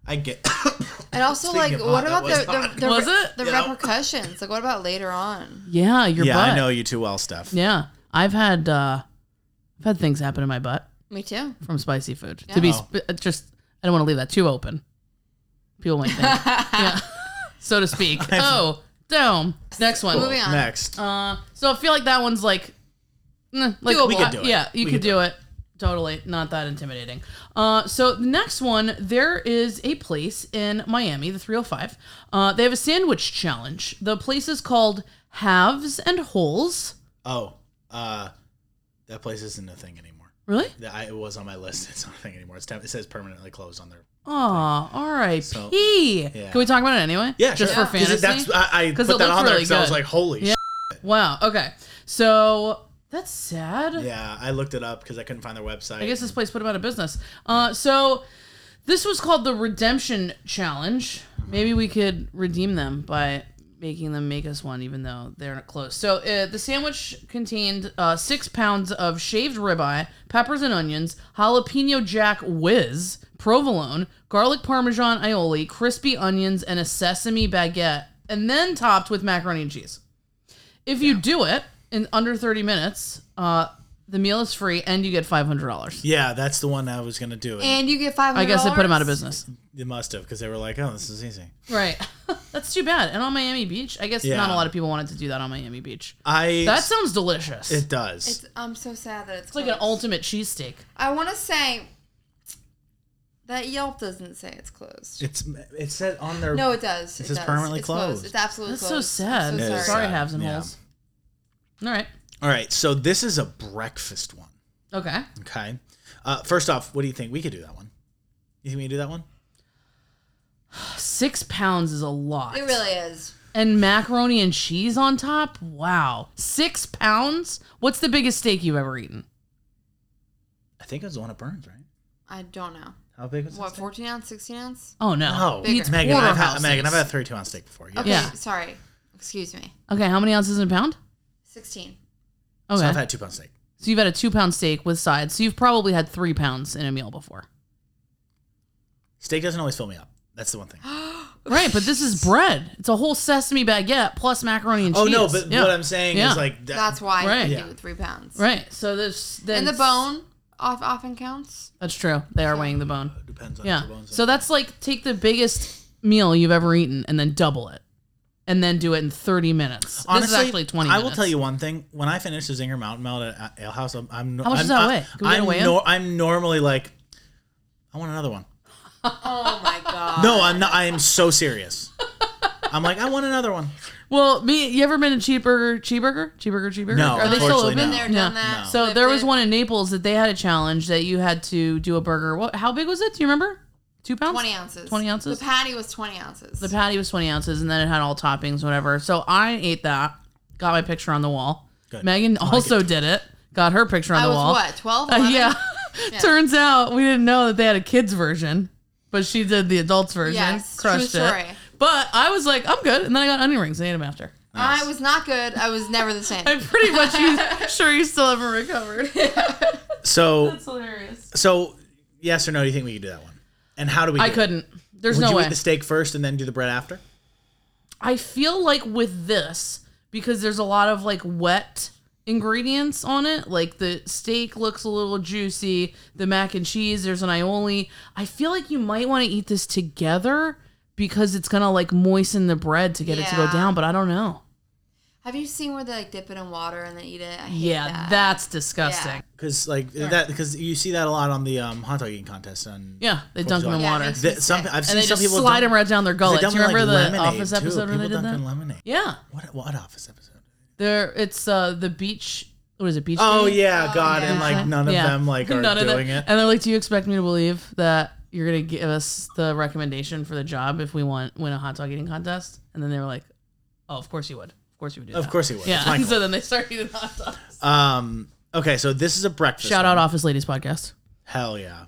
[SPEAKER 6] I get.
[SPEAKER 5] and also,
[SPEAKER 6] Speaking
[SPEAKER 5] like,
[SPEAKER 6] of
[SPEAKER 5] what
[SPEAKER 6] hot,
[SPEAKER 5] about the
[SPEAKER 6] that was
[SPEAKER 5] the,
[SPEAKER 6] hot.
[SPEAKER 5] the,
[SPEAKER 4] Was
[SPEAKER 5] re-
[SPEAKER 4] it?
[SPEAKER 5] the
[SPEAKER 6] You know?
[SPEAKER 5] repercussions? Like, what about later on?
[SPEAKER 4] Yeah, your
[SPEAKER 6] yeah,
[SPEAKER 4] butt.
[SPEAKER 6] I know you too well, Steph.
[SPEAKER 4] Yeah, I've had uh, I've had things happen in my butt
[SPEAKER 5] Me too.
[SPEAKER 4] from spicy food. To be
[SPEAKER 6] Yeah.
[SPEAKER 4] sp- uh, just, I don't want to leave that too open. People might think, yeah, so to speak. oh, damn. Next one.
[SPEAKER 5] Moving on.
[SPEAKER 6] Next,
[SPEAKER 4] Uh, so I feel like that one's like, mm, like
[SPEAKER 6] We could do it.
[SPEAKER 4] Yeah, you
[SPEAKER 6] We
[SPEAKER 4] could
[SPEAKER 6] could
[SPEAKER 4] do it. Totally, not that intimidating. Uh, so the next one, there is a place in Miami, the 305. Uh, they have a sandwich challenge. The place is called Halves and Holes.
[SPEAKER 6] oh, uh, that place isn't a thing anymore.
[SPEAKER 4] Really?
[SPEAKER 6] That I, it was on my list. It's not a thing anymore. It's tem- it says permanently closed on their
[SPEAKER 4] Aw, R.I.P.
[SPEAKER 6] So- Yeah.
[SPEAKER 4] Can we talk about it anyway?
[SPEAKER 6] Yeah,
[SPEAKER 4] just
[SPEAKER 6] sure.
[SPEAKER 4] for
[SPEAKER 6] 'Cause
[SPEAKER 4] fantasy.
[SPEAKER 6] it- That's I, I
[SPEAKER 4] 'Cause
[SPEAKER 6] put
[SPEAKER 4] it
[SPEAKER 6] that
[SPEAKER 4] looks
[SPEAKER 6] on there
[SPEAKER 4] really
[SPEAKER 6] because I was
[SPEAKER 4] good.
[SPEAKER 6] like, holy
[SPEAKER 4] Yeah.
[SPEAKER 6] shit.
[SPEAKER 4] wow. Okay, so that's sad.
[SPEAKER 6] Yeah, I looked it up because I couldn't find their website.
[SPEAKER 4] I guess this place put him out of business. Uh, so this was called the Redemption Challenge. Maybe we could redeem them by making them make us one, even though they're not close. So uh, the sandwich contained uh, six pounds of shaved ribeye, peppers and onions, jalapeno jack whiz, provolone, garlic parmesan aioli, crispy onions, and a sesame baguette, and then topped with macaroni and cheese. If you do it in under 30 minutes, uh, the meal is free and you get $500.
[SPEAKER 6] yeah, that's the one I was gonna do. And
[SPEAKER 5] And you get five.
[SPEAKER 4] I guess they put him out of business.
[SPEAKER 6] it must have because they were like, oh, this is easy.
[SPEAKER 4] Right. That's too bad. And on Miami Beach, I guess
[SPEAKER 6] Yeah.
[SPEAKER 4] not a lot of people wanted to do that on Miami Beach.
[SPEAKER 6] I
[SPEAKER 4] That sounds delicious. It's
[SPEAKER 6] it does.
[SPEAKER 5] It's, I'm so sad that it's,
[SPEAKER 4] like an
[SPEAKER 5] closed.
[SPEAKER 4] ultimate cheesesteak.
[SPEAKER 5] I want to say that Yelp doesn't say it's closed.
[SPEAKER 6] It's it said on their
[SPEAKER 5] No, it does.
[SPEAKER 6] It
[SPEAKER 5] It
[SPEAKER 6] says
[SPEAKER 5] does.
[SPEAKER 6] permanently
[SPEAKER 5] it's closed.
[SPEAKER 6] closed.
[SPEAKER 5] It's absolutely
[SPEAKER 4] That's so
[SPEAKER 5] closed.
[SPEAKER 4] sad.
[SPEAKER 5] I'm so
[SPEAKER 6] It
[SPEAKER 5] sorry.
[SPEAKER 6] is
[SPEAKER 4] sorry,
[SPEAKER 6] sad.
[SPEAKER 4] halves and
[SPEAKER 6] Yeah.
[SPEAKER 4] holes. All right.
[SPEAKER 6] All right, so this is a breakfast one.
[SPEAKER 4] Okay.
[SPEAKER 6] Okay, uh, first off, what do you think we could do that one? You think we can do that one?
[SPEAKER 4] Six pounds is a lot.
[SPEAKER 5] It really is.
[SPEAKER 4] And macaroni and cheese on top? Wow. Six pounds? What's the biggest steak you've ever eaten?
[SPEAKER 6] I think it was the one at Burns, right?
[SPEAKER 5] I don't know.
[SPEAKER 6] How big was
[SPEAKER 5] What,
[SPEAKER 6] that?
[SPEAKER 5] 14 ounce, 16 ounce?
[SPEAKER 4] Oh, no.
[SPEAKER 6] Oh,
[SPEAKER 4] He eats
[SPEAKER 6] Megan, I've had,
[SPEAKER 4] porterhouses.
[SPEAKER 6] Megan, I've had a thirty-two ounce steak before. Yeah,
[SPEAKER 5] Okay,
[SPEAKER 4] Yeah.
[SPEAKER 5] sorry. Excuse me.
[SPEAKER 4] Okay, how many ounces in a pound?
[SPEAKER 5] 16.
[SPEAKER 4] Okay.
[SPEAKER 6] so I've had two pound steak.
[SPEAKER 4] So you've had a two pound steak with sides. So you've probably had three pounds in a meal before.
[SPEAKER 6] Steak doesn't always fill me up. That's the one thing.
[SPEAKER 4] Right, but this is bread. It's a whole sesame baguette plus macaroni and
[SPEAKER 6] Oh
[SPEAKER 4] cheese.
[SPEAKER 6] no, but
[SPEAKER 4] Yeah.
[SPEAKER 6] what I'm saying
[SPEAKER 4] Yeah.
[SPEAKER 6] is like that,
[SPEAKER 5] That's why
[SPEAKER 4] Right.
[SPEAKER 5] I
[SPEAKER 6] Yeah.
[SPEAKER 5] do three pounds.
[SPEAKER 4] Right. So there's then
[SPEAKER 5] And the bone off often counts.
[SPEAKER 4] That's true. They are weighing the bone.
[SPEAKER 6] depends on
[SPEAKER 4] Yeah.
[SPEAKER 6] your bones.
[SPEAKER 4] So that's like take the biggest meal you've ever eaten and then double it. And then do it in 30 minutes. this is actually 20
[SPEAKER 6] I
[SPEAKER 4] minutes.
[SPEAKER 6] will tell you one thing. When I finish the Zinger Mountain Melt at Ale House, I'm, I'm
[SPEAKER 4] How much
[SPEAKER 6] I'm,
[SPEAKER 4] does that
[SPEAKER 6] I-
[SPEAKER 4] weigh? Can we get a
[SPEAKER 6] I'm,
[SPEAKER 4] weigh-in?
[SPEAKER 6] nor- I'm normally like, I want another one.
[SPEAKER 5] Oh my god.
[SPEAKER 6] No, I'm not. I am so serious. I'm like, I want another one.
[SPEAKER 4] Well, me, you ever been to Cheeseburger? Cheeseburger? Cheeseburger? Cheeseburger?
[SPEAKER 6] No,
[SPEAKER 4] Are they still open?
[SPEAKER 6] unfortunately no.
[SPEAKER 5] Been there, done that.
[SPEAKER 4] So
[SPEAKER 5] lived
[SPEAKER 4] there was
[SPEAKER 5] it.
[SPEAKER 4] one in Naples that they had a challenge that you had to do a burger. What? How big was it? Do you remember? two pounds,
[SPEAKER 5] 20 ounces.
[SPEAKER 4] 20 ounces.
[SPEAKER 5] The patty was 20 ounces.
[SPEAKER 4] The patty was 20 ounces, and then it had all toppings, whatever. So I ate that, got my picture on the wall.
[SPEAKER 6] Good.
[SPEAKER 4] Megan also did it, got her picture on
[SPEAKER 5] I
[SPEAKER 4] the
[SPEAKER 5] was
[SPEAKER 4] wall.
[SPEAKER 5] what, 12?
[SPEAKER 4] Uh,
[SPEAKER 5] 11?
[SPEAKER 4] yeah. Turns out we didn't know that they had a kids version, but she did the adults version.
[SPEAKER 5] Yes, true
[SPEAKER 4] crushed
[SPEAKER 5] story.
[SPEAKER 4] it. But I was like, I'm good, and then I got onion rings and ate them after.
[SPEAKER 5] I was not good. I was never the same.
[SPEAKER 4] I'm pretty much you- sure you still haven't recovered.
[SPEAKER 6] So
[SPEAKER 5] hilarious.
[SPEAKER 6] so yes or no? Do you think we could do that one? And how do we?
[SPEAKER 4] I
[SPEAKER 6] do it?
[SPEAKER 4] couldn't. There's
[SPEAKER 6] Would
[SPEAKER 4] no
[SPEAKER 6] you
[SPEAKER 4] way.
[SPEAKER 6] eat the steak first and then do the bread after?
[SPEAKER 4] I feel like with this, because there's a lot of like wet ingredients on it, like the steak looks a little juicy, the mac and cheese, there's an aioli. I feel like you might want to eat this together because it's gonna like moisten the bread to get it to go
[SPEAKER 5] Yeah.
[SPEAKER 4] down, but I don't know.
[SPEAKER 5] Have you seen where they like dip it in water and then eat it? I hate
[SPEAKER 4] Yeah,
[SPEAKER 5] that.
[SPEAKER 4] that's disgusting.
[SPEAKER 6] Because like that because you see that a lot on the um, hot dog eating contest and
[SPEAKER 4] Yeah, they dunk them in
[SPEAKER 5] Yeah, it
[SPEAKER 4] water.
[SPEAKER 5] makes
[SPEAKER 6] The- some, I've seen
[SPEAKER 4] and they
[SPEAKER 6] some
[SPEAKER 4] just
[SPEAKER 6] people
[SPEAKER 4] slide
[SPEAKER 6] dunk-
[SPEAKER 4] them right down their
[SPEAKER 6] they
[SPEAKER 4] gullet. Do
[SPEAKER 6] dunk
[SPEAKER 4] you
[SPEAKER 6] in,
[SPEAKER 4] remember
[SPEAKER 6] like,
[SPEAKER 4] the
[SPEAKER 6] lemonade,
[SPEAKER 4] Office
[SPEAKER 6] too.
[SPEAKER 4] episode where
[SPEAKER 6] people
[SPEAKER 4] they did
[SPEAKER 6] dunk
[SPEAKER 4] that?
[SPEAKER 6] in lemonade.
[SPEAKER 4] Yeah,
[SPEAKER 6] What what office episode?
[SPEAKER 4] there. It's uh the beach. What is it? Beach.
[SPEAKER 6] Oh
[SPEAKER 4] Day?
[SPEAKER 6] yeah, God,
[SPEAKER 5] yeah.
[SPEAKER 6] and like none of
[SPEAKER 4] Yeah.
[SPEAKER 6] them like are
[SPEAKER 4] None of them-
[SPEAKER 6] doing it.
[SPEAKER 4] And they're like, "Do you expect me to believe that you're gonna give us the recommendation for the job if we want win a hot dog eating contest?" And then they were like, "Oh, of course you would. Of course you would do
[SPEAKER 6] Of
[SPEAKER 4] that."
[SPEAKER 6] course he would. It's
[SPEAKER 4] Yeah.
[SPEAKER 6] Michael.
[SPEAKER 4] so then they started eating hot dogs.
[SPEAKER 6] Um. Okay, so this is a breakfast.
[SPEAKER 4] Shout out
[SPEAKER 6] one.
[SPEAKER 4] Office Ladies podcast.
[SPEAKER 6] Hell yeah,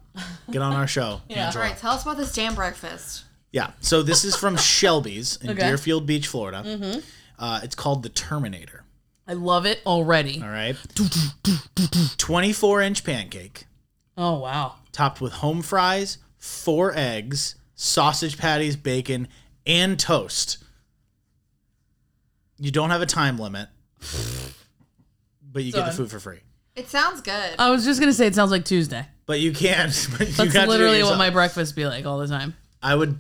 [SPEAKER 6] get on our show. yeah.
[SPEAKER 5] All right, tell us about this damn breakfast.
[SPEAKER 6] Yeah. So this is from Shelby's in
[SPEAKER 4] Okay. Mm-hmm.
[SPEAKER 6] Deerfield Beach, Florida. Uh, it's called the Terminator.
[SPEAKER 4] I love it already.
[SPEAKER 6] All right. Twenty-four inch pancake
[SPEAKER 4] Oh wow.
[SPEAKER 6] topped with home fries, four eggs, sausage patties, bacon, and toast. You don't have a time limit, but you get the
[SPEAKER 4] Done.
[SPEAKER 6] food for free.
[SPEAKER 5] It sounds good.
[SPEAKER 4] I was just gonna say it sounds like Tuesday.
[SPEAKER 6] But you can't. But you
[SPEAKER 4] That's
[SPEAKER 6] have to do it
[SPEAKER 4] literally what
[SPEAKER 6] yourself.
[SPEAKER 4] my breakfast be like all the time.
[SPEAKER 6] I would.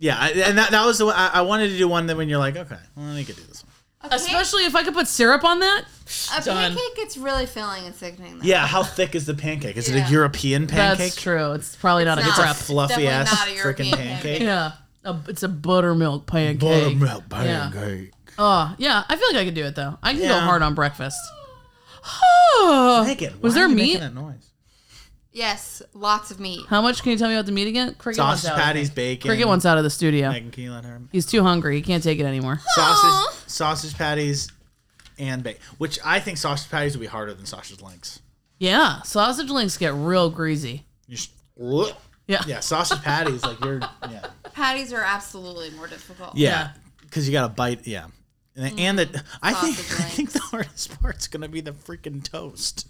[SPEAKER 6] Yeah, I, and that, that was the one I, I wanted to do one that when you're like, okay, well, we could do this one.
[SPEAKER 5] a
[SPEAKER 4] Especially if I could put syrup on that.
[SPEAKER 5] pan- a
[SPEAKER 4] done.
[SPEAKER 5] pancake gets really filling and sickening. Though.
[SPEAKER 6] Yeah, how thick is the pancake? Is it
[SPEAKER 5] Yeah.
[SPEAKER 6] a European pancake?
[SPEAKER 4] That's true. It's probably not
[SPEAKER 5] It's
[SPEAKER 4] a
[SPEAKER 5] not.
[SPEAKER 4] prep.
[SPEAKER 5] It's
[SPEAKER 6] Fluffy
[SPEAKER 5] Definitely
[SPEAKER 6] ass
[SPEAKER 5] not a
[SPEAKER 6] freaking
[SPEAKER 5] European
[SPEAKER 6] pancake.
[SPEAKER 4] yeah. A, it's a buttermilk pancake.
[SPEAKER 6] Buttermilk
[SPEAKER 4] Yeah.
[SPEAKER 6] pancake.
[SPEAKER 4] Oh, yeah. I feel like I could do it though. I can go
[SPEAKER 6] Yeah.
[SPEAKER 4] hard on breakfast. Oh,
[SPEAKER 6] Megan, why
[SPEAKER 4] was
[SPEAKER 6] are
[SPEAKER 4] there
[SPEAKER 6] you
[SPEAKER 4] meat?
[SPEAKER 6] making That noise?
[SPEAKER 5] Yes, lots of meat.
[SPEAKER 4] How much can you tell me about the meat again? Cricket wants
[SPEAKER 6] Sausage
[SPEAKER 4] out.
[SPEAKER 6] patties, bacon.
[SPEAKER 4] Cricket wants out of the studio.
[SPEAKER 6] Megan, can you let her?
[SPEAKER 4] He's too hungry. He can't take it anymore.
[SPEAKER 6] Sausage, sausage patties, and bacon. Which I think sausage patties would be harder than sausage links.
[SPEAKER 4] Yeah, sausage links get real greasy.
[SPEAKER 6] You just,
[SPEAKER 4] Yeah.
[SPEAKER 6] yeah, sausage patties like you're yeah.
[SPEAKER 5] Patties are absolutely more difficult.
[SPEAKER 6] Yeah, because you got to bite. Yeah, and, and
[SPEAKER 4] Mm.
[SPEAKER 6] that I think
[SPEAKER 5] Sausage
[SPEAKER 6] I think the hardest part's gonna be the freaking toast.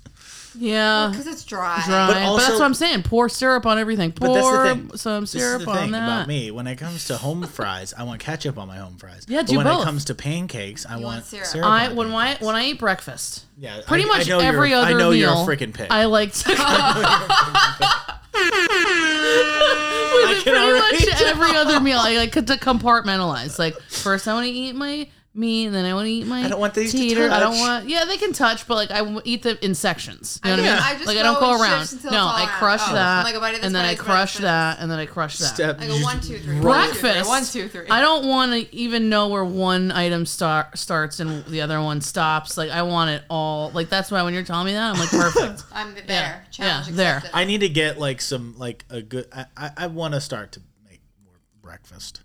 [SPEAKER 4] Yeah.
[SPEAKER 5] because it's dry.
[SPEAKER 4] dry. But,
[SPEAKER 6] also-
[SPEAKER 4] that's what I'm saying. Pour syrup on everything. Pour
[SPEAKER 6] that's the thing.
[SPEAKER 4] some
[SPEAKER 6] This is
[SPEAKER 4] syrup
[SPEAKER 6] the
[SPEAKER 4] on
[SPEAKER 6] thing
[SPEAKER 4] that.
[SPEAKER 6] about me. When it comes to home fries, I want ketchup on my home fries.
[SPEAKER 4] Yeah,
[SPEAKER 6] but
[SPEAKER 4] do
[SPEAKER 6] when
[SPEAKER 4] both.
[SPEAKER 6] it comes to pancakes, I want,
[SPEAKER 5] want
[SPEAKER 6] syrup.
[SPEAKER 5] syrup.
[SPEAKER 6] on
[SPEAKER 4] I
[SPEAKER 6] my
[SPEAKER 4] when I
[SPEAKER 6] pancakes.
[SPEAKER 4] when I eat breakfast,
[SPEAKER 6] yeah,
[SPEAKER 4] pretty
[SPEAKER 6] I- I
[SPEAKER 4] much
[SPEAKER 6] know you're-
[SPEAKER 4] every other
[SPEAKER 6] I know
[SPEAKER 4] meal.
[SPEAKER 6] you're a freaking pig.
[SPEAKER 4] I like to.
[SPEAKER 6] can
[SPEAKER 4] With pretty
[SPEAKER 6] already
[SPEAKER 4] much every other meal, I like to compartmentalize. Like first, I want to eat my meat, and then I want to eat my.
[SPEAKER 6] I don't want these to
[SPEAKER 4] tater. I don't
[SPEAKER 6] touch.
[SPEAKER 4] want. Yeah, they can touch, but like I w- eat them in sections. You know
[SPEAKER 5] I
[SPEAKER 4] what
[SPEAKER 5] just-
[SPEAKER 4] I
[SPEAKER 5] I
[SPEAKER 4] mean?
[SPEAKER 5] just
[SPEAKER 4] like I don't
[SPEAKER 5] go
[SPEAKER 4] go
[SPEAKER 5] in shifts
[SPEAKER 4] around.
[SPEAKER 5] until
[SPEAKER 4] No,
[SPEAKER 5] it's all
[SPEAKER 4] I
[SPEAKER 5] around.
[SPEAKER 4] crush
[SPEAKER 5] Oh.
[SPEAKER 4] that,
[SPEAKER 5] I'm like, buddy, that's
[SPEAKER 4] and then
[SPEAKER 5] my
[SPEAKER 4] I crush
[SPEAKER 5] breakfast.
[SPEAKER 4] that, and then I crush that.
[SPEAKER 6] Step-
[SPEAKER 5] I
[SPEAKER 6] you
[SPEAKER 5] go
[SPEAKER 6] just-
[SPEAKER 5] one, two, three.
[SPEAKER 6] roll.
[SPEAKER 5] one, two, three,
[SPEAKER 4] breakfast.
[SPEAKER 5] One, two, three.
[SPEAKER 4] I don't want to even know where one item star- starts and the other one stops. Like I want it all. Like that's why when you're telling me that, I'm like perfect.
[SPEAKER 5] I'm there.
[SPEAKER 4] Yeah.
[SPEAKER 5] Challenge
[SPEAKER 4] Yeah, there.
[SPEAKER 5] accepted.
[SPEAKER 6] I need to get like some like a good. I I, I want to start to make more breakfast.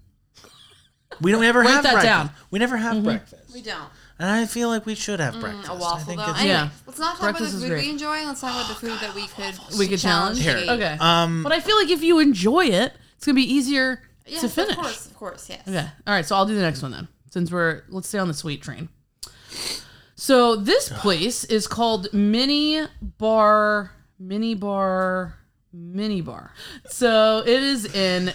[SPEAKER 6] We don't ever
[SPEAKER 4] Write
[SPEAKER 6] have
[SPEAKER 4] that
[SPEAKER 6] breakfast.
[SPEAKER 4] down. Mm-hmm.
[SPEAKER 6] We never have breakfast,
[SPEAKER 5] We don't.
[SPEAKER 6] and I feel like we should have breakfast.
[SPEAKER 5] A
[SPEAKER 6] I
[SPEAKER 5] waffle
[SPEAKER 6] think
[SPEAKER 5] though.
[SPEAKER 6] it's-
[SPEAKER 5] Anyway,
[SPEAKER 4] Yeah.
[SPEAKER 5] let's not talk
[SPEAKER 4] Breakfast
[SPEAKER 5] about
[SPEAKER 4] is
[SPEAKER 5] the food
[SPEAKER 4] great.
[SPEAKER 5] we enjoy. Let's talk about the food that we could
[SPEAKER 4] we could challenge.
[SPEAKER 5] challenge.
[SPEAKER 6] Here.
[SPEAKER 5] Kate.
[SPEAKER 4] Okay.
[SPEAKER 6] Um,
[SPEAKER 4] but I feel like if you enjoy it, it's gonna be easier
[SPEAKER 5] Yes,
[SPEAKER 4] to finish.
[SPEAKER 5] Of course, of course, yes.
[SPEAKER 4] Okay. All right. So I'll do the next one then, since we're let's stay on the sweet train. So this place is called Mini Bar, Mini Bar, Mini Bar. So it is in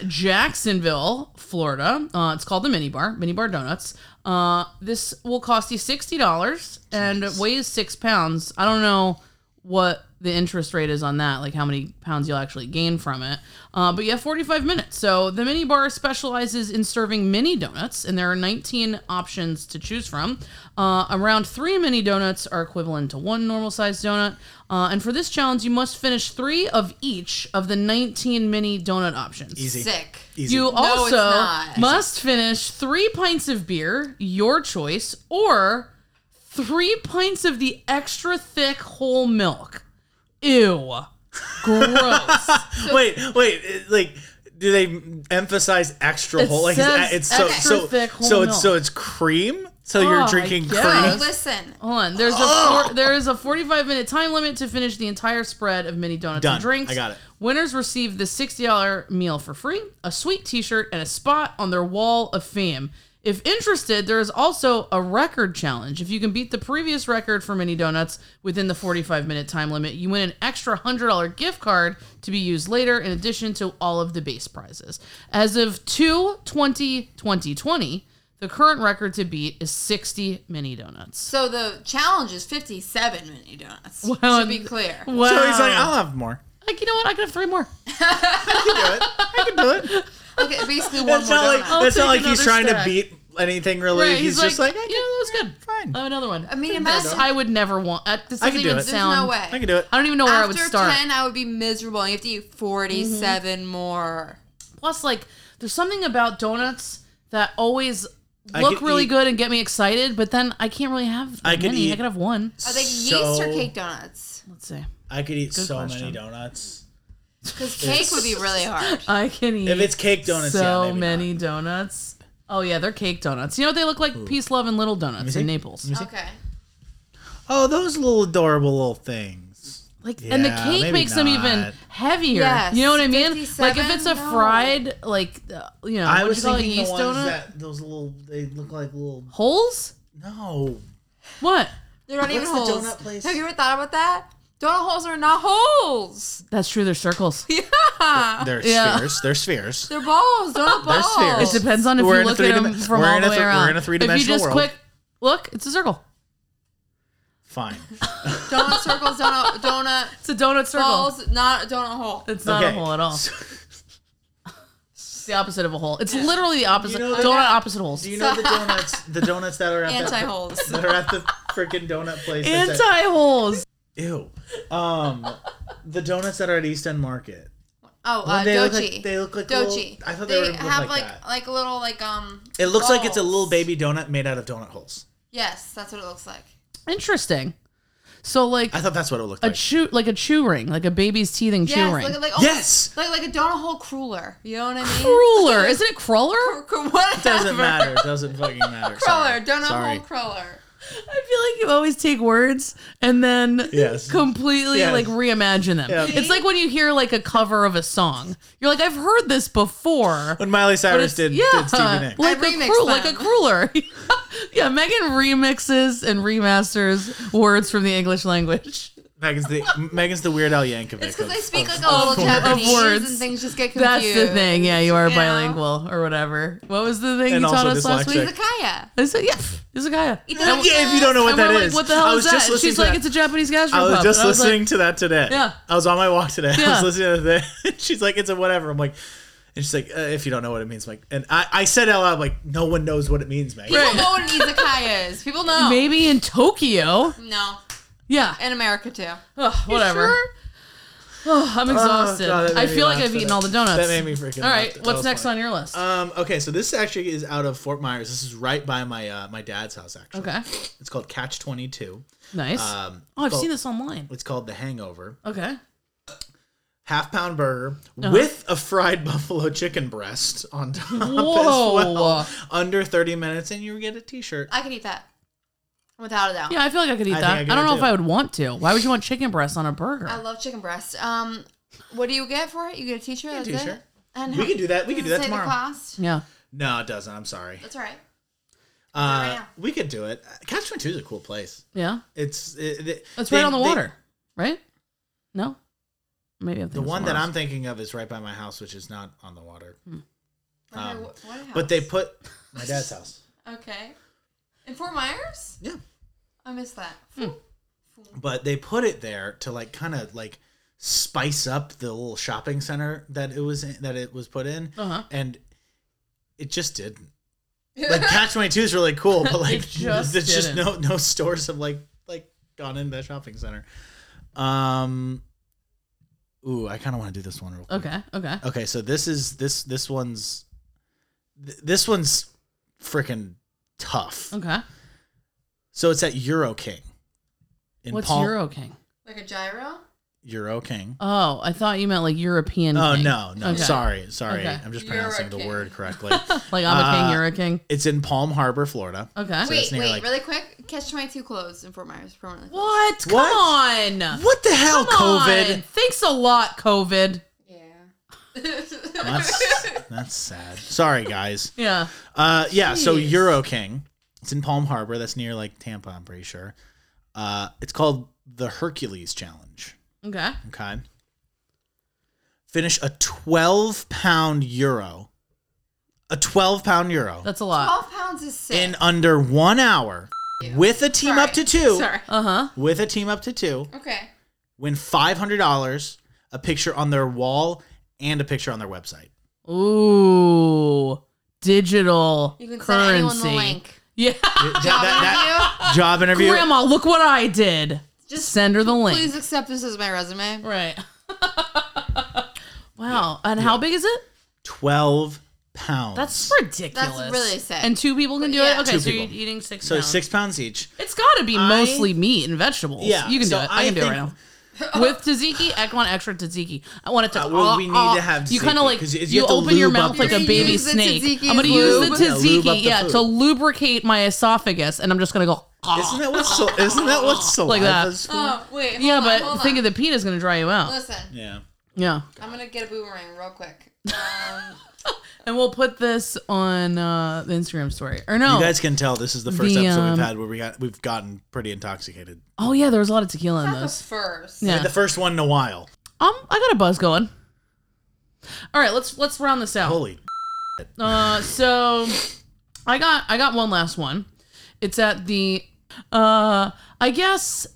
[SPEAKER 4] Jacksonville, Florida. Uh, it's called the Mini Bar, Mini Bar Donuts. Uh, this will cost you sixty dollars and it weighs six pounds. I don't know what the interest rate is on that, like how many pounds you'll actually gain from it. Uh, but you have 45 minutes. So the mini bar specializes in serving mini donuts, and there are 19 options to choose from. Uh, around three mini donuts are equivalent to one normal sized donut. Uh, and for this challenge, you must finish three of each of the 19 mini donut options.
[SPEAKER 6] easy,
[SPEAKER 5] Sick.
[SPEAKER 6] easy.
[SPEAKER 4] You also
[SPEAKER 5] not.
[SPEAKER 4] must finish three pints of beer, your choice, or three pints of the extra thick whole milk. Ew. Gross.
[SPEAKER 6] wait, wait, it- like do they emphasize extra
[SPEAKER 4] It
[SPEAKER 6] whole? Like
[SPEAKER 4] says
[SPEAKER 6] it's, it's so
[SPEAKER 4] extra
[SPEAKER 6] so
[SPEAKER 4] thick whole
[SPEAKER 6] so it's so
[SPEAKER 4] milk.
[SPEAKER 6] it's cream. So
[SPEAKER 4] Oh,
[SPEAKER 6] you're
[SPEAKER 4] I
[SPEAKER 6] drinking
[SPEAKER 4] guess.
[SPEAKER 5] Oh,
[SPEAKER 6] cream.
[SPEAKER 5] listen.
[SPEAKER 4] Hold on. There's a four, there is a 45 minute time limit to finish the entire spread of mini donuts
[SPEAKER 6] Done.
[SPEAKER 4] and drinks.
[SPEAKER 6] I got it.
[SPEAKER 4] Winners receive the $60 meal for free, a sweet T-shirt, and a spot on their wall of fame. If interested, there is also a record challenge. If you can beat the previous record for mini donuts within the 45 minute time limit, you win an extra $100 gift card to be used later in addition to all of the base prizes. As of 2 20 2020, the current record to beat is 60 mini donuts.
[SPEAKER 5] So the challenge is 57 mini donuts.
[SPEAKER 4] Wow.
[SPEAKER 5] to be clear.
[SPEAKER 4] Wow.
[SPEAKER 6] So he's like, I'll have more.
[SPEAKER 4] Like, you know what? I could have three more.
[SPEAKER 6] I can do it.
[SPEAKER 5] Okay, basically one
[SPEAKER 6] That's
[SPEAKER 5] more
[SPEAKER 6] not like
[SPEAKER 5] donut.
[SPEAKER 4] I'll
[SPEAKER 6] that's not
[SPEAKER 4] take
[SPEAKER 6] like he's
[SPEAKER 4] another
[SPEAKER 6] trying
[SPEAKER 4] stack.
[SPEAKER 6] to beat anything really.
[SPEAKER 4] Right,
[SPEAKER 6] he's, just like, I
[SPEAKER 4] you know, that was good.
[SPEAKER 6] fine.
[SPEAKER 4] I have another one.
[SPEAKER 5] I mean,
[SPEAKER 4] That's-
[SPEAKER 5] imagine.
[SPEAKER 4] I would never want. Uh, this
[SPEAKER 6] I
[SPEAKER 4] doesn't
[SPEAKER 6] could
[SPEAKER 4] even
[SPEAKER 6] do it. There's
[SPEAKER 4] sound.
[SPEAKER 5] no way.
[SPEAKER 4] I
[SPEAKER 6] I can do it.
[SPEAKER 4] don't even know where I would
[SPEAKER 5] After
[SPEAKER 4] start. Mm-hmm.
[SPEAKER 5] 10, I would be miserable. You have to eat 47 more.
[SPEAKER 4] Plus, like, there's something about donuts that always
[SPEAKER 6] I
[SPEAKER 4] look
[SPEAKER 6] could
[SPEAKER 4] really
[SPEAKER 6] eat-
[SPEAKER 4] good and get me excited, but then I can't really have
[SPEAKER 6] I
[SPEAKER 4] that
[SPEAKER 6] could
[SPEAKER 4] many. I
[SPEAKER 6] eat-
[SPEAKER 4] could have one.
[SPEAKER 5] Are they yeast or
[SPEAKER 6] So-
[SPEAKER 5] cake donuts?
[SPEAKER 4] Let's see.
[SPEAKER 6] I could eat so
[SPEAKER 4] question.
[SPEAKER 6] many donuts.
[SPEAKER 5] Because cake would be really hard.
[SPEAKER 4] I can eat.
[SPEAKER 6] If it's cake donuts, yeah,
[SPEAKER 4] so
[SPEAKER 6] maybe not.
[SPEAKER 4] many donuts. Oh yeah, they're cake donuts. You know what they look like? Peace, love, and little donuts in
[SPEAKER 6] see.
[SPEAKER 4] Naples.
[SPEAKER 5] Okay.
[SPEAKER 6] Oh, those little adorable little things.
[SPEAKER 4] Like and the
[SPEAKER 6] Yeah,
[SPEAKER 4] cake
[SPEAKER 6] maybe
[SPEAKER 4] makes them even
[SPEAKER 6] not.
[SPEAKER 4] heavier.
[SPEAKER 5] Yes,
[SPEAKER 4] you know what I mean? Like if
[SPEAKER 5] 57?
[SPEAKER 4] it's a
[SPEAKER 5] No.
[SPEAKER 4] fried like uh, you know
[SPEAKER 6] I
[SPEAKER 4] what
[SPEAKER 6] was
[SPEAKER 4] you call it,
[SPEAKER 6] thinking
[SPEAKER 4] yeast
[SPEAKER 6] the ones
[SPEAKER 4] donut
[SPEAKER 6] that those little they look like little
[SPEAKER 4] holes.
[SPEAKER 6] no.
[SPEAKER 4] What?
[SPEAKER 5] They're not even
[SPEAKER 6] What's the
[SPEAKER 5] holes.
[SPEAKER 6] donut place?
[SPEAKER 5] Have you ever thought about that? Donut holes are not holes.
[SPEAKER 4] That's true. They're circles.
[SPEAKER 5] Yeah.
[SPEAKER 6] They're
[SPEAKER 4] Uh, Yeah.
[SPEAKER 6] spheres. They're spheres.
[SPEAKER 5] They're balls. Donut
[SPEAKER 6] They're
[SPEAKER 5] balls.
[SPEAKER 6] spheres.
[SPEAKER 4] It depends on if
[SPEAKER 6] We're
[SPEAKER 4] you
[SPEAKER 6] in a
[SPEAKER 4] look at them
[SPEAKER 6] three-dim-
[SPEAKER 4] from
[SPEAKER 6] we're
[SPEAKER 4] all
[SPEAKER 6] in
[SPEAKER 4] the
[SPEAKER 6] a
[SPEAKER 4] way
[SPEAKER 6] th- we're
[SPEAKER 4] around.
[SPEAKER 6] in a
[SPEAKER 4] If you
[SPEAKER 6] three-dimensional
[SPEAKER 4] just
[SPEAKER 6] world.
[SPEAKER 4] quick look, it's a circle.
[SPEAKER 6] Fine.
[SPEAKER 5] Donut circles, donut, donut
[SPEAKER 4] It's a donut circle.
[SPEAKER 5] balls, not a donut hole.
[SPEAKER 4] It's not
[SPEAKER 6] Okay.
[SPEAKER 4] a hole at all.
[SPEAKER 6] So-
[SPEAKER 4] It's the opposite of a hole. It's literally the opposite.
[SPEAKER 6] know that-
[SPEAKER 4] donut opposite holes.
[SPEAKER 6] Do you know the donuts? The donuts that are at
[SPEAKER 5] Anti
[SPEAKER 6] the,
[SPEAKER 5] holes.
[SPEAKER 6] that are at the freaking donut place. that said-
[SPEAKER 4] Anti holes.
[SPEAKER 6] Ew. Um, the donuts that are at East End Market.
[SPEAKER 5] Oh,
[SPEAKER 6] Well,
[SPEAKER 5] uh,
[SPEAKER 6] they look
[SPEAKER 5] dochi.
[SPEAKER 6] like- they look like
[SPEAKER 5] dochi.
[SPEAKER 6] little- I thought they
[SPEAKER 5] they
[SPEAKER 6] were- looked
[SPEAKER 5] have
[SPEAKER 6] like
[SPEAKER 5] like
[SPEAKER 6] that.
[SPEAKER 5] like little like um.
[SPEAKER 6] It looks like it's a
[SPEAKER 5] balls.
[SPEAKER 6] little baby donut made out of donut holes.
[SPEAKER 5] Yes, that's what it looks like.
[SPEAKER 4] Interesting. So like
[SPEAKER 6] I thought that's what it looked
[SPEAKER 4] a
[SPEAKER 6] like.
[SPEAKER 4] chew, like a chew ring, like a baby's teething chew
[SPEAKER 5] Yes,
[SPEAKER 4] ring.
[SPEAKER 5] like, like almost-
[SPEAKER 6] yes.
[SPEAKER 5] like like a donut hole cruller. You know what I mean?
[SPEAKER 4] Cruller, isn't it cruller?
[SPEAKER 5] Whatever.
[SPEAKER 6] Doesn't matter. Doesn't fucking matter.
[SPEAKER 5] Cruller,
[SPEAKER 6] Sorry.
[SPEAKER 5] donut
[SPEAKER 6] Sorry.
[SPEAKER 5] hole cruller.
[SPEAKER 4] I feel like you always take words and then
[SPEAKER 6] Yes.
[SPEAKER 4] completely
[SPEAKER 6] Yes.
[SPEAKER 4] like reimagine them.
[SPEAKER 6] Yeah.
[SPEAKER 4] It's like when you hear like a cover of a song. You're like, I've heard this before.
[SPEAKER 6] When Miley
[SPEAKER 4] but
[SPEAKER 6] Cyrus
[SPEAKER 4] it's-
[SPEAKER 6] did,
[SPEAKER 4] yeah,
[SPEAKER 6] did Stevie Nicks.
[SPEAKER 4] like
[SPEAKER 5] I
[SPEAKER 4] a
[SPEAKER 5] remixed
[SPEAKER 4] cru- like a
[SPEAKER 5] them.
[SPEAKER 4] cruller. yeah, Megan remixes and remasters words from the English language.
[SPEAKER 6] Megan's the Megan's the Weird Al Yankovic.
[SPEAKER 5] It's because
[SPEAKER 6] of-
[SPEAKER 5] I speak
[SPEAKER 6] of-
[SPEAKER 5] like a little Japanese
[SPEAKER 4] words.
[SPEAKER 5] and things just get
[SPEAKER 4] That's
[SPEAKER 5] confused.
[SPEAKER 4] the thing. Yeah, you are
[SPEAKER 5] Yeah.
[SPEAKER 4] bilingual or whatever. What was the thing
[SPEAKER 6] And
[SPEAKER 4] you taught
[SPEAKER 6] also
[SPEAKER 4] us last
[SPEAKER 6] dyslexic.
[SPEAKER 4] week?
[SPEAKER 5] Izakaya.
[SPEAKER 4] I said, yeah, izakaya.
[SPEAKER 5] doesn't-
[SPEAKER 6] yeah, if you don't know what
[SPEAKER 4] And
[SPEAKER 6] that
[SPEAKER 4] we're like,
[SPEAKER 6] is,
[SPEAKER 4] what the hell
[SPEAKER 6] I
[SPEAKER 4] is
[SPEAKER 6] was just
[SPEAKER 4] that?
[SPEAKER 6] listening
[SPEAKER 4] She's
[SPEAKER 6] to
[SPEAKER 4] like,
[SPEAKER 6] that.
[SPEAKER 4] it's a Japanese gastropub.
[SPEAKER 6] I was just
[SPEAKER 4] And I was like,
[SPEAKER 6] listening to that today.
[SPEAKER 4] Yeah.
[SPEAKER 6] I was on my walk today.
[SPEAKER 4] Yeah.
[SPEAKER 6] I was listening to that. she's like, it's a whatever. I'm like, and she's like, uh, if you don't know what it means, I'm like, and I, I said out loud, like, no one knows what it means, Megan.
[SPEAKER 5] People know what an izakaya is. People know.
[SPEAKER 4] Maybe in Tokyo.
[SPEAKER 5] No,
[SPEAKER 4] Yeah.
[SPEAKER 5] in America too.
[SPEAKER 4] Ugh, whatever. Ugh, I'm exhausted.
[SPEAKER 6] Oh, God, that made
[SPEAKER 4] I
[SPEAKER 6] me
[SPEAKER 4] feel like
[SPEAKER 6] laugh
[SPEAKER 4] I've eaten
[SPEAKER 6] today.
[SPEAKER 4] all the donuts.
[SPEAKER 6] That made me freaking.
[SPEAKER 4] all
[SPEAKER 6] laugh.
[SPEAKER 4] right,
[SPEAKER 6] That
[SPEAKER 4] what's
[SPEAKER 6] was
[SPEAKER 4] next
[SPEAKER 6] funny.
[SPEAKER 4] on your list?
[SPEAKER 6] Um, okay, so this actually is out of Fort Myers. This is right by my uh, my dad's house. Actually,
[SPEAKER 4] okay,
[SPEAKER 6] it's called Catch Twenty Two.
[SPEAKER 4] nice.
[SPEAKER 6] Um,
[SPEAKER 4] oh, I've
[SPEAKER 6] well-
[SPEAKER 4] seen this online.
[SPEAKER 6] It's called The Hangover.
[SPEAKER 4] Okay,
[SPEAKER 6] Half pound burger
[SPEAKER 4] Uh-huh.
[SPEAKER 6] with a fried buffalo chicken breast on top
[SPEAKER 4] Whoa.
[SPEAKER 6] as well. Under thirty minutes, and you get a T-shirt.
[SPEAKER 5] I can eat that without a doubt.
[SPEAKER 4] yeah, I feel like I could eat
[SPEAKER 6] I think
[SPEAKER 4] that.
[SPEAKER 6] I
[SPEAKER 4] I,
[SPEAKER 6] could
[SPEAKER 4] don't know if
[SPEAKER 6] too.
[SPEAKER 4] I would want to. Why would you want chicken breasts on a burger?
[SPEAKER 5] I love chicken breast. Um, what do you get for it? You get a t-shirt.
[SPEAKER 6] Get a
[SPEAKER 5] that's it?
[SPEAKER 6] t-shirt.
[SPEAKER 5] And
[SPEAKER 6] We can do that. We can do
[SPEAKER 5] does
[SPEAKER 6] that
[SPEAKER 5] it say
[SPEAKER 6] tomorrow.
[SPEAKER 5] The cost?
[SPEAKER 4] yeah,
[SPEAKER 6] No, it doesn't. I'm sorry.
[SPEAKER 5] That's all right.
[SPEAKER 6] Uh,
[SPEAKER 5] now.
[SPEAKER 6] we could do it. Catch Twenty Two is a cool place.
[SPEAKER 4] yeah.
[SPEAKER 6] It's it, it-
[SPEAKER 4] It's
[SPEAKER 6] they-
[SPEAKER 4] right on the
[SPEAKER 6] they-
[SPEAKER 4] water, right? No, maybe I'm
[SPEAKER 6] The
[SPEAKER 4] thinking
[SPEAKER 6] one that
[SPEAKER 4] somewhere
[SPEAKER 6] I'm
[SPEAKER 4] else.
[SPEAKER 6] thinking of is right by my house, which is not on the water.
[SPEAKER 5] Okay,
[SPEAKER 6] Um,
[SPEAKER 5] wh- what house?
[SPEAKER 6] But they put my dad's house.
[SPEAKER 5] okay. In Fort Myers,
[SPEAKER 6] Yeah.
[SPEAKER 5] I missed that.
[SPEAKER 6] Hmm. But they put it there to like kind of like spice up the little shopping center that it was in, that it was put in,
[SPEAKER 4] Uh-huh.
[SPEAKER 6] and it just didn't. Like Catch Twenty Two is really cool, but like
[SPEAKER 4] just
[SPEAKER 6] there's just no
[SPEAKER 4] didn't.
[SPEAKER 6] no stores have like like gone in that shopping center. Um. Ooh, I kind of want to do this one real quick.
[SPEAKER 4] Okay, okay.
[SPEAKER 6] Okay, so this is this this one's th- this one's freaking tough.
[SPEAKER 4] Okay.
[SPEAKER 6] So it's at Euro King in
[SPEAKER 4] What's
[SPEAKER 6] Palm.
[SPEAKER 4] Euro King?
[SPEAKER 5] Like a gyro.
[SPEAKER 6] Euro King.
[SPEAKER 4] Oh, I thought you meant like European.
[SPEAKER 6] Oh
[SPEAKER 4] king.
[SPEAKER 6] no, no,
[SPEAKER 4] Okay.
[SPEAKER 6] sorry, sorry.
[SPEAKER 4] Okay.
[SPEAKER 6] I'm just
[SPEAKER 5] Euro
[SPEAKER 6] pronouncing the
[SPEAKER 5] King.
[SPEAKER 6] word correctly.
[SPEAKER 4] Like I'm a
[SPEAKER 6] Uh,
[SPEAKER 4] king, you're a king.
[SPEAKER 6] it's in Palm Harbor, Florida.
[SPEAKER 4] Okay.
[SPEAKER 6] So
[SPEAKER 5] Wait,
[SPEAKER 6] it's near,
[SPEAKER 5] wait,
[SPEAKER 6] like-
[SPEAKER 5] really quick. Catch 22 clothes in Fort Myers permanently.
[SPEAKER 4] What? Come
[SPEAKER 6] What?
[SPEAKER 4] on.
[SPEAKER 6] What the hell,
[SPEAKER 4] Come on.
[SPEAKER 6] COVID?
[SPEAKER 4] Thanks a lot, COVID.
[SPEAKER 5] Yeah.
[SPEAKER 6] That's uh, that's sad. Sorry, guys.
[SPEAKER 4] Yeah.
[SPEAKER 6] Uh, yeah. So
[SPEAKER 4] Jeez.
[SPEAKER 6] Euro King. It's in Palm Harbor. That's near like Tampa. I'm pretty sure. Uh, it's called the Hercules Challenge.
[SPEAKER 4] Okay.
[SPEAKER 6] Okay. Finish a 12 pound euro. A 12 pound euro.
[SPEAKER 4] That's a lot.
[SPEAKER 5] 12 pounds is sick.
[SPEAKER 6] in under one hour with a team up to
[SPEAKER 5] Sorry.
[SPEAKER 6] two.
[SPEAKER 5] Sorry.
[SPEAKER 4] Uh huh.
[SPEAKER 6] With a team up to two.
[SPEAKER 5] Okay.
[SPEAKER 6] Win $500, a picture on their wall, and a picture on their website.
[SPEAKER 4] Ooh. Digital
[SPEAKER 5] You can send
[SPEAKER 4] currency.
[SPEAKER 5] anyone the link.
[SPEAKER 4] Yeah.
[SPEAKER 6] That- that- that job interview.
[SPEAKER 4] Grandma, look what I did. Just
[SPEAKER 5] Just
[SPEAKER 4] send her the link.
[SPEAKER 5] Please accept this as my resume.
[SPEAKER 4] Right. wow. And how big is it?
[SPEAKER 6] 12 pounds.
[SPEAKER 4] That's ridiculous.
[SPEAKER 5] really sick.
[SPEAKER 4] And two people can do
[SPEAKER 5] yeah.
[SPEAKER 4] it. Okay,
[SPEAKER 6] Two
[SPEAKER 4] so
[SPEAKER 6] people.
[SPEAKER 4] you're eating six.
[SPEAKER 6] so
[SPEAKER 4] pounds.
[SPEAKER 6] six pounds each.
[SPEAKER 4] It's got to be
[SPEAKER 6] I-
[SPEAKER 4] mostly meat and vegetables.
[SPEAKER 6] Yeah,
[SPEAKER 4] you can
[SPEAKER 6] so
[SPEAKER 4] do it. I,
[SPEAKER 6] I
[SPEAKER 4] can do it right
[SPEAKER 6] think-
[SPEAKER 4] now. With tzatziki, I want extra tzatziki. I want it to.
[SPEAKER 6] Uh, well,
[SPEAKER 4] ah,
[SPEAKER 6] we need
[SPEAKER 4] ah.
[SPEAKER 6] to have
[SPEAKER 4] You kind of
[SPEAKER 6] tzatziki,
[SPEAKER 4] like
[SPEAKER 6] 'cause you-
[SPEAKER 4] you,
[SPEAKER 6] you have to
[SPEAKER 4] open your
[SPEAKER 6] lube up
[SPEAKER 4] mouth
[SPEAKER 6] the
[SPEAKER 4] like a
[SPEAKER 6] food.
[SPEAKER 4] baby
[SPEAKER 5] Use the
[SPEAKER 4] snake.
[SPEAKER 5] tzatziki
[SPEAKER 4] I'm gonna
[SPEAKER 5] as
[SPEAKER 4] use the
[SPEAKER 5] lube.
[SPEAKER 6] Yeah, lube up
[SPEAKER 4] tzatziki,
[SPEAKER 6] the
[SPEAKER 4] yeah, to
[SPEAKER 6] food.
[SPEAKER 4] lubricate my esophagus, and I'm just gonna go. ah.
[SPEAKER 6] Isn't that what so, isn't that what
[SPEAKER 4] Like that.
[SPEAKER 6] saliva's for?
[SPEAKER 5] Oh, wait. Hold
[SPEAKER 4] yeah,
[SPEAKER 5] on,
[SPEAKER 4] but
[SPEAKER 5] hold
[SPEAKER 4] think
[SPEAKER 5] on.
[SPEAKER 4] of the pita is gonna dry you out.
[SPEAKER 5] Listen,
[SPEAKER 6] Yeah.
[SPEAKER 4] Yeah,
[SPEAKER 5] I'm going to get a boomerang real quick. Um,
[SPEAKER 4] and we'll put this on uh, the Instagram story. Or no?
[SPEAKER 6] You guys can tell this is the first
[SPEAKER 4] The,
[SPEAKER 6] episode
[SPEAKER 4] um,
[SPEAKER 6] we've had where we got we've gotten pretty intoxicated.
[SPEAKER 4] oh yeah, there was a lot of tequila in
[SPEAKER 5] not the
[SPEAKER 4] this.
[SPEAKER 5] first.
[SPEAKER 4] Yeah.
[SPEAKER 6] The first one in a while.
[SPEAKER 4] Um, I got a buzz going. All right, let's let's round this out.
[SPEAKER 6] Holy.
[SPEAKER 4] Uh, so I got I got one last one. It's at the uh I guess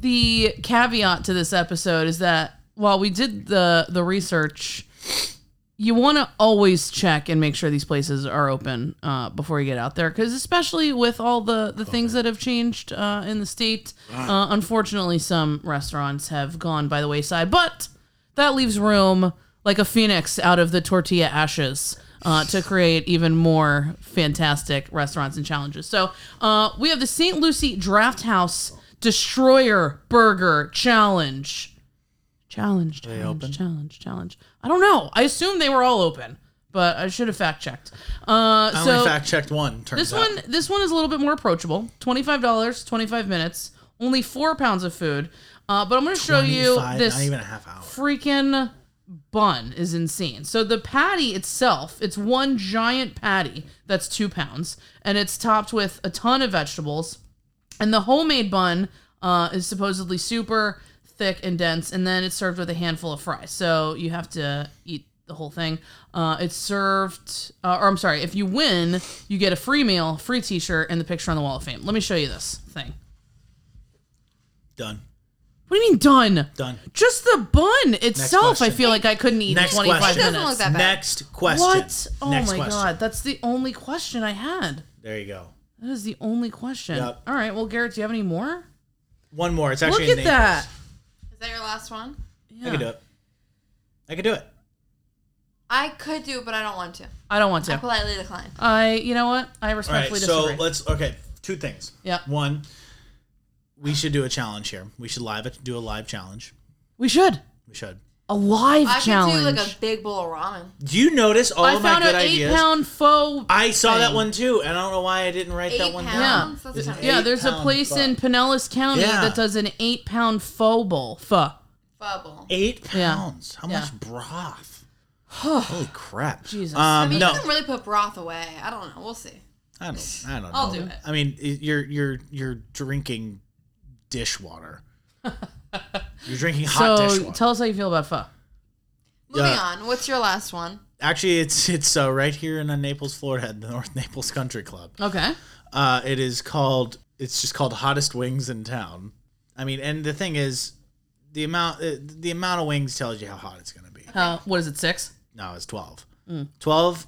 [SPEAKER 4] the caveat to this episode is that while we did the the research you want to always check and make sure these places are open uh, before you get out there because especially with all the, the things that have changed uh, in the state uh, unfortunately some restaurants have gone by the wayside but that leaves room like a phoenix out of the tortilla ashes uh, to create even more fantastic restaurants and challenges. So uh, we have the St. Lucie Draft House Destroyer Burger Challenge. Challenge, challenge, challenge, challenge. I don't know. I assume they were all open, but I should have fact checked. Uh,
[SPEAKER 6] I
[SPEAKER 4] so
[SPEAKER 6] only fact checked one. Turns
[SPEAKER 4] this
[SPEAKER 6] out.
[SPEAKER 4] one, this one is a little bit more approachable. Twenty five dollars, twenty five minutes, only four pounds of food. Uh, but I'm going to show you
[SPEAKER 6] 25,
[SPEAKER 4] this
[SPEAKER 6] Not even a half hour.
[SPEAKER 4] freaking bun is insane. So the patty itself, it's one giant patty that's two pounds, and it's topped with a ton of vegetables. And the homemade bun uh, is supposedly super thick and dense, and then it's served with a handful of fries. So you have to eat the whole thing. Uh, it's served, uh, or I'm sorry, if you win, you get a free meal, free T-shirt, and the picture on the Wall of Fame. Let me show you this thing.
[SPEAKER 6] Done.
[SPEAKER 4] What do you mean done?
[SPEAKER 6] Done.
[SPEAKER 4] Just the bun itself. I
[SPEAKER 6] question.
[SPEAKER 4] feel like I couldn't eat in
[SPEAKER 6] Next
[SPEAKER 4] 25
[SPEAKER 6] question.
[SPEAKER 5] It doesn't
[SPEAKER 4] minutes.
[SPEAKER 5] look that bad.
[SPEAKER 6] Next question.
[SPEAKER 4] What? Oh
[SPEAKER 6] Next
[SPEAKER 4] my
[SPEAKER 6] question.
[SPEAKER 4] god, that's the only question I had.
[SPEAKER 6] There you go.
[SPEAKER 4] That is the only question.
[SPEAKER 6] Yep.
[SPEAKER 4] All right, well, Garrett, do you have any more?
[SPEAKER 6] One more. It's actually
[SPEAKER 4] Look at
[SPEAKER 6] in Naples.
[SPEAKER 4] that.
[SPEAKER 5] Is that your last one?
[SPEAKER 4] Yeah.
[SPEAKER 6] I can do it. I can do it.
[SPEAKER 5] I could do, but I don't want to.
[SPEAKER 4] I don't want
[SPEAKER 5] I
[SPEAKER 4] to.
[SPEAKER 5] politely decline.
[SPEAKER 4] I, you know what? I
[SPEAKER 6] All right.
[SPEAKER 4] respectfully
[SPEAKER 6] So
[SPEAKER 4] disagree.
[SPEAKER 6] let's. Okay. Two things.
[SPEAKER 4] Yep.
[SPEAKER 6] One. We should do a challenge here. We should live it. Do a live challenge.
[SPEAKER 4] we should
[SPEAKER 6] We should.
[SPEAKER 4] a live
[SPEAKER 5] I
[SPEAKER 4] challenge.
[SPEAKER 5] could do like a big bowl of ramen.
[SPEAKER 6] Do you notice all
[SPEAKER 4] I
[SPEAKER 6] of Oh, my
[SPEAKER 4] found
[SPEAKER 6] good
[SPEAKER 4] an eight
[SPEAKER 6] ideas?
[SPEAKER 4] pound faux.
[SPEAKER 6] I saw that
[SPEAKER 4] thing.
[SPEAKER 6] one too, and I don't know why I didn't write that
[SPEAKER 5] Eight
[SPEAKER 6] one
[SPEAKER 5] pounds?
[SPEAKER 4] Yeah.
[SPEAKER 5] That's
[SPEAKER 6] down. There's an
[SPEAKER 5] kind of-
[SPEAKER 4] yeah,
[SPEAKER 6] eight
[SPEAKER 4] there's a
[SPEAKER 6] pound
[SPEAKER 4] place
[SPEAKER 6] pho.
[SPEAKER 4] in Pinellas County
[SPEAKER 6] Yeah.
[SPEAKER 4] that does an eight pound faux bowl. Pho.
[SPEAKER 5] Bubble.
[SPEAKER 6] Eight
[SPEAKER 4] Yeah.
[SPEAKER 6] pounds. How
[SPEAKER 4] Yeah.
[SPEAKER 6] much broth? Holy crap!
[SPEAKER 4] Jesus.
[SPEAKER 5] I
[SPEAKER 6] Um,
[SPEAKER 5] mean,
[SPEAKER 6] no,
[SPEAKER 5] you can really put broth away. I don't know. We'll see.
[SPEAKER 6] I don't. I don't know.
[SPEAKER 5] I'll do it.
[SPEAKER 6] I mean, i- you're you're you're drinking dishwater. you're drinking hot
[SPEAKER 4] So
[SPEAKER 6] dishwater.
[SPEAKER 4] tell us how you feel about pho.
[SPEAKER 5] Moving
[SPEAKER 6] Yeah.
[SPEAKER 5] on. What's your last one?
[SPEAKER 6] Actually, it's it's uh, right here in uh, Naples, Florida, at the North Naples Country Club.
[SPEAKER 4] Okay.
[SPEAKER 6] Uh, it is called. It's just called hottest wings in town. I mean, and the thing is, the amount uh, the amount of wings tells you how hot it's going to be.
[SPEAKER 4] How? What is it? Six.
[SPEAKER 6] No, it's 12.
[SPEAKER 4] Mm.
[SPEAKER 6] 12,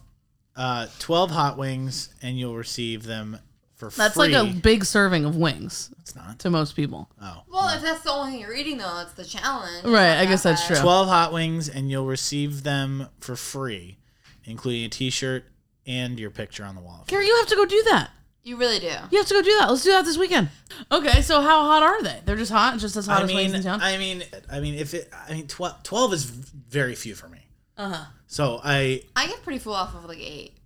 [SPEAKER 6] uh, 12 hot wings, and you'll receive them for
[SPEAKER 4] That's
[SPEAKER 6] free.
[SPEAKER 4] like a big serving of wings
[SPEAKER 6] It's not. Oh.
[SPEAKER 4] to most people.
[SPEAKER 5] Well, if that's the only thing you're eating, though, it's the challenge.
[SPEAKER 4] Right, I guess that's true.
[SPEAKER 6] 12 hot wings, and you'll receive them for free, including a t shirt and your picture on the wall.
[SPEAKER 4] Gary, you have to go do that.
[SPEAKER 5] You really do.
[SPEAKER 4] You have to go do that. Let's do that this weekend. Okay, so how hot are they? They're just hot, just as hot
[SPEAKER 6] I
[SPEAKER 4] as
[SPEAKER 6] mean,
[SPEAKER 4] places in town.
[SPEAKER 6] I mean, I mean, if it, I mean, 12, 12 is very few for me.
[SPEAKER 4] uh huh.
[SPEAKER 6] So I,
[SPEAKER 5] I get pretty full off of like eight.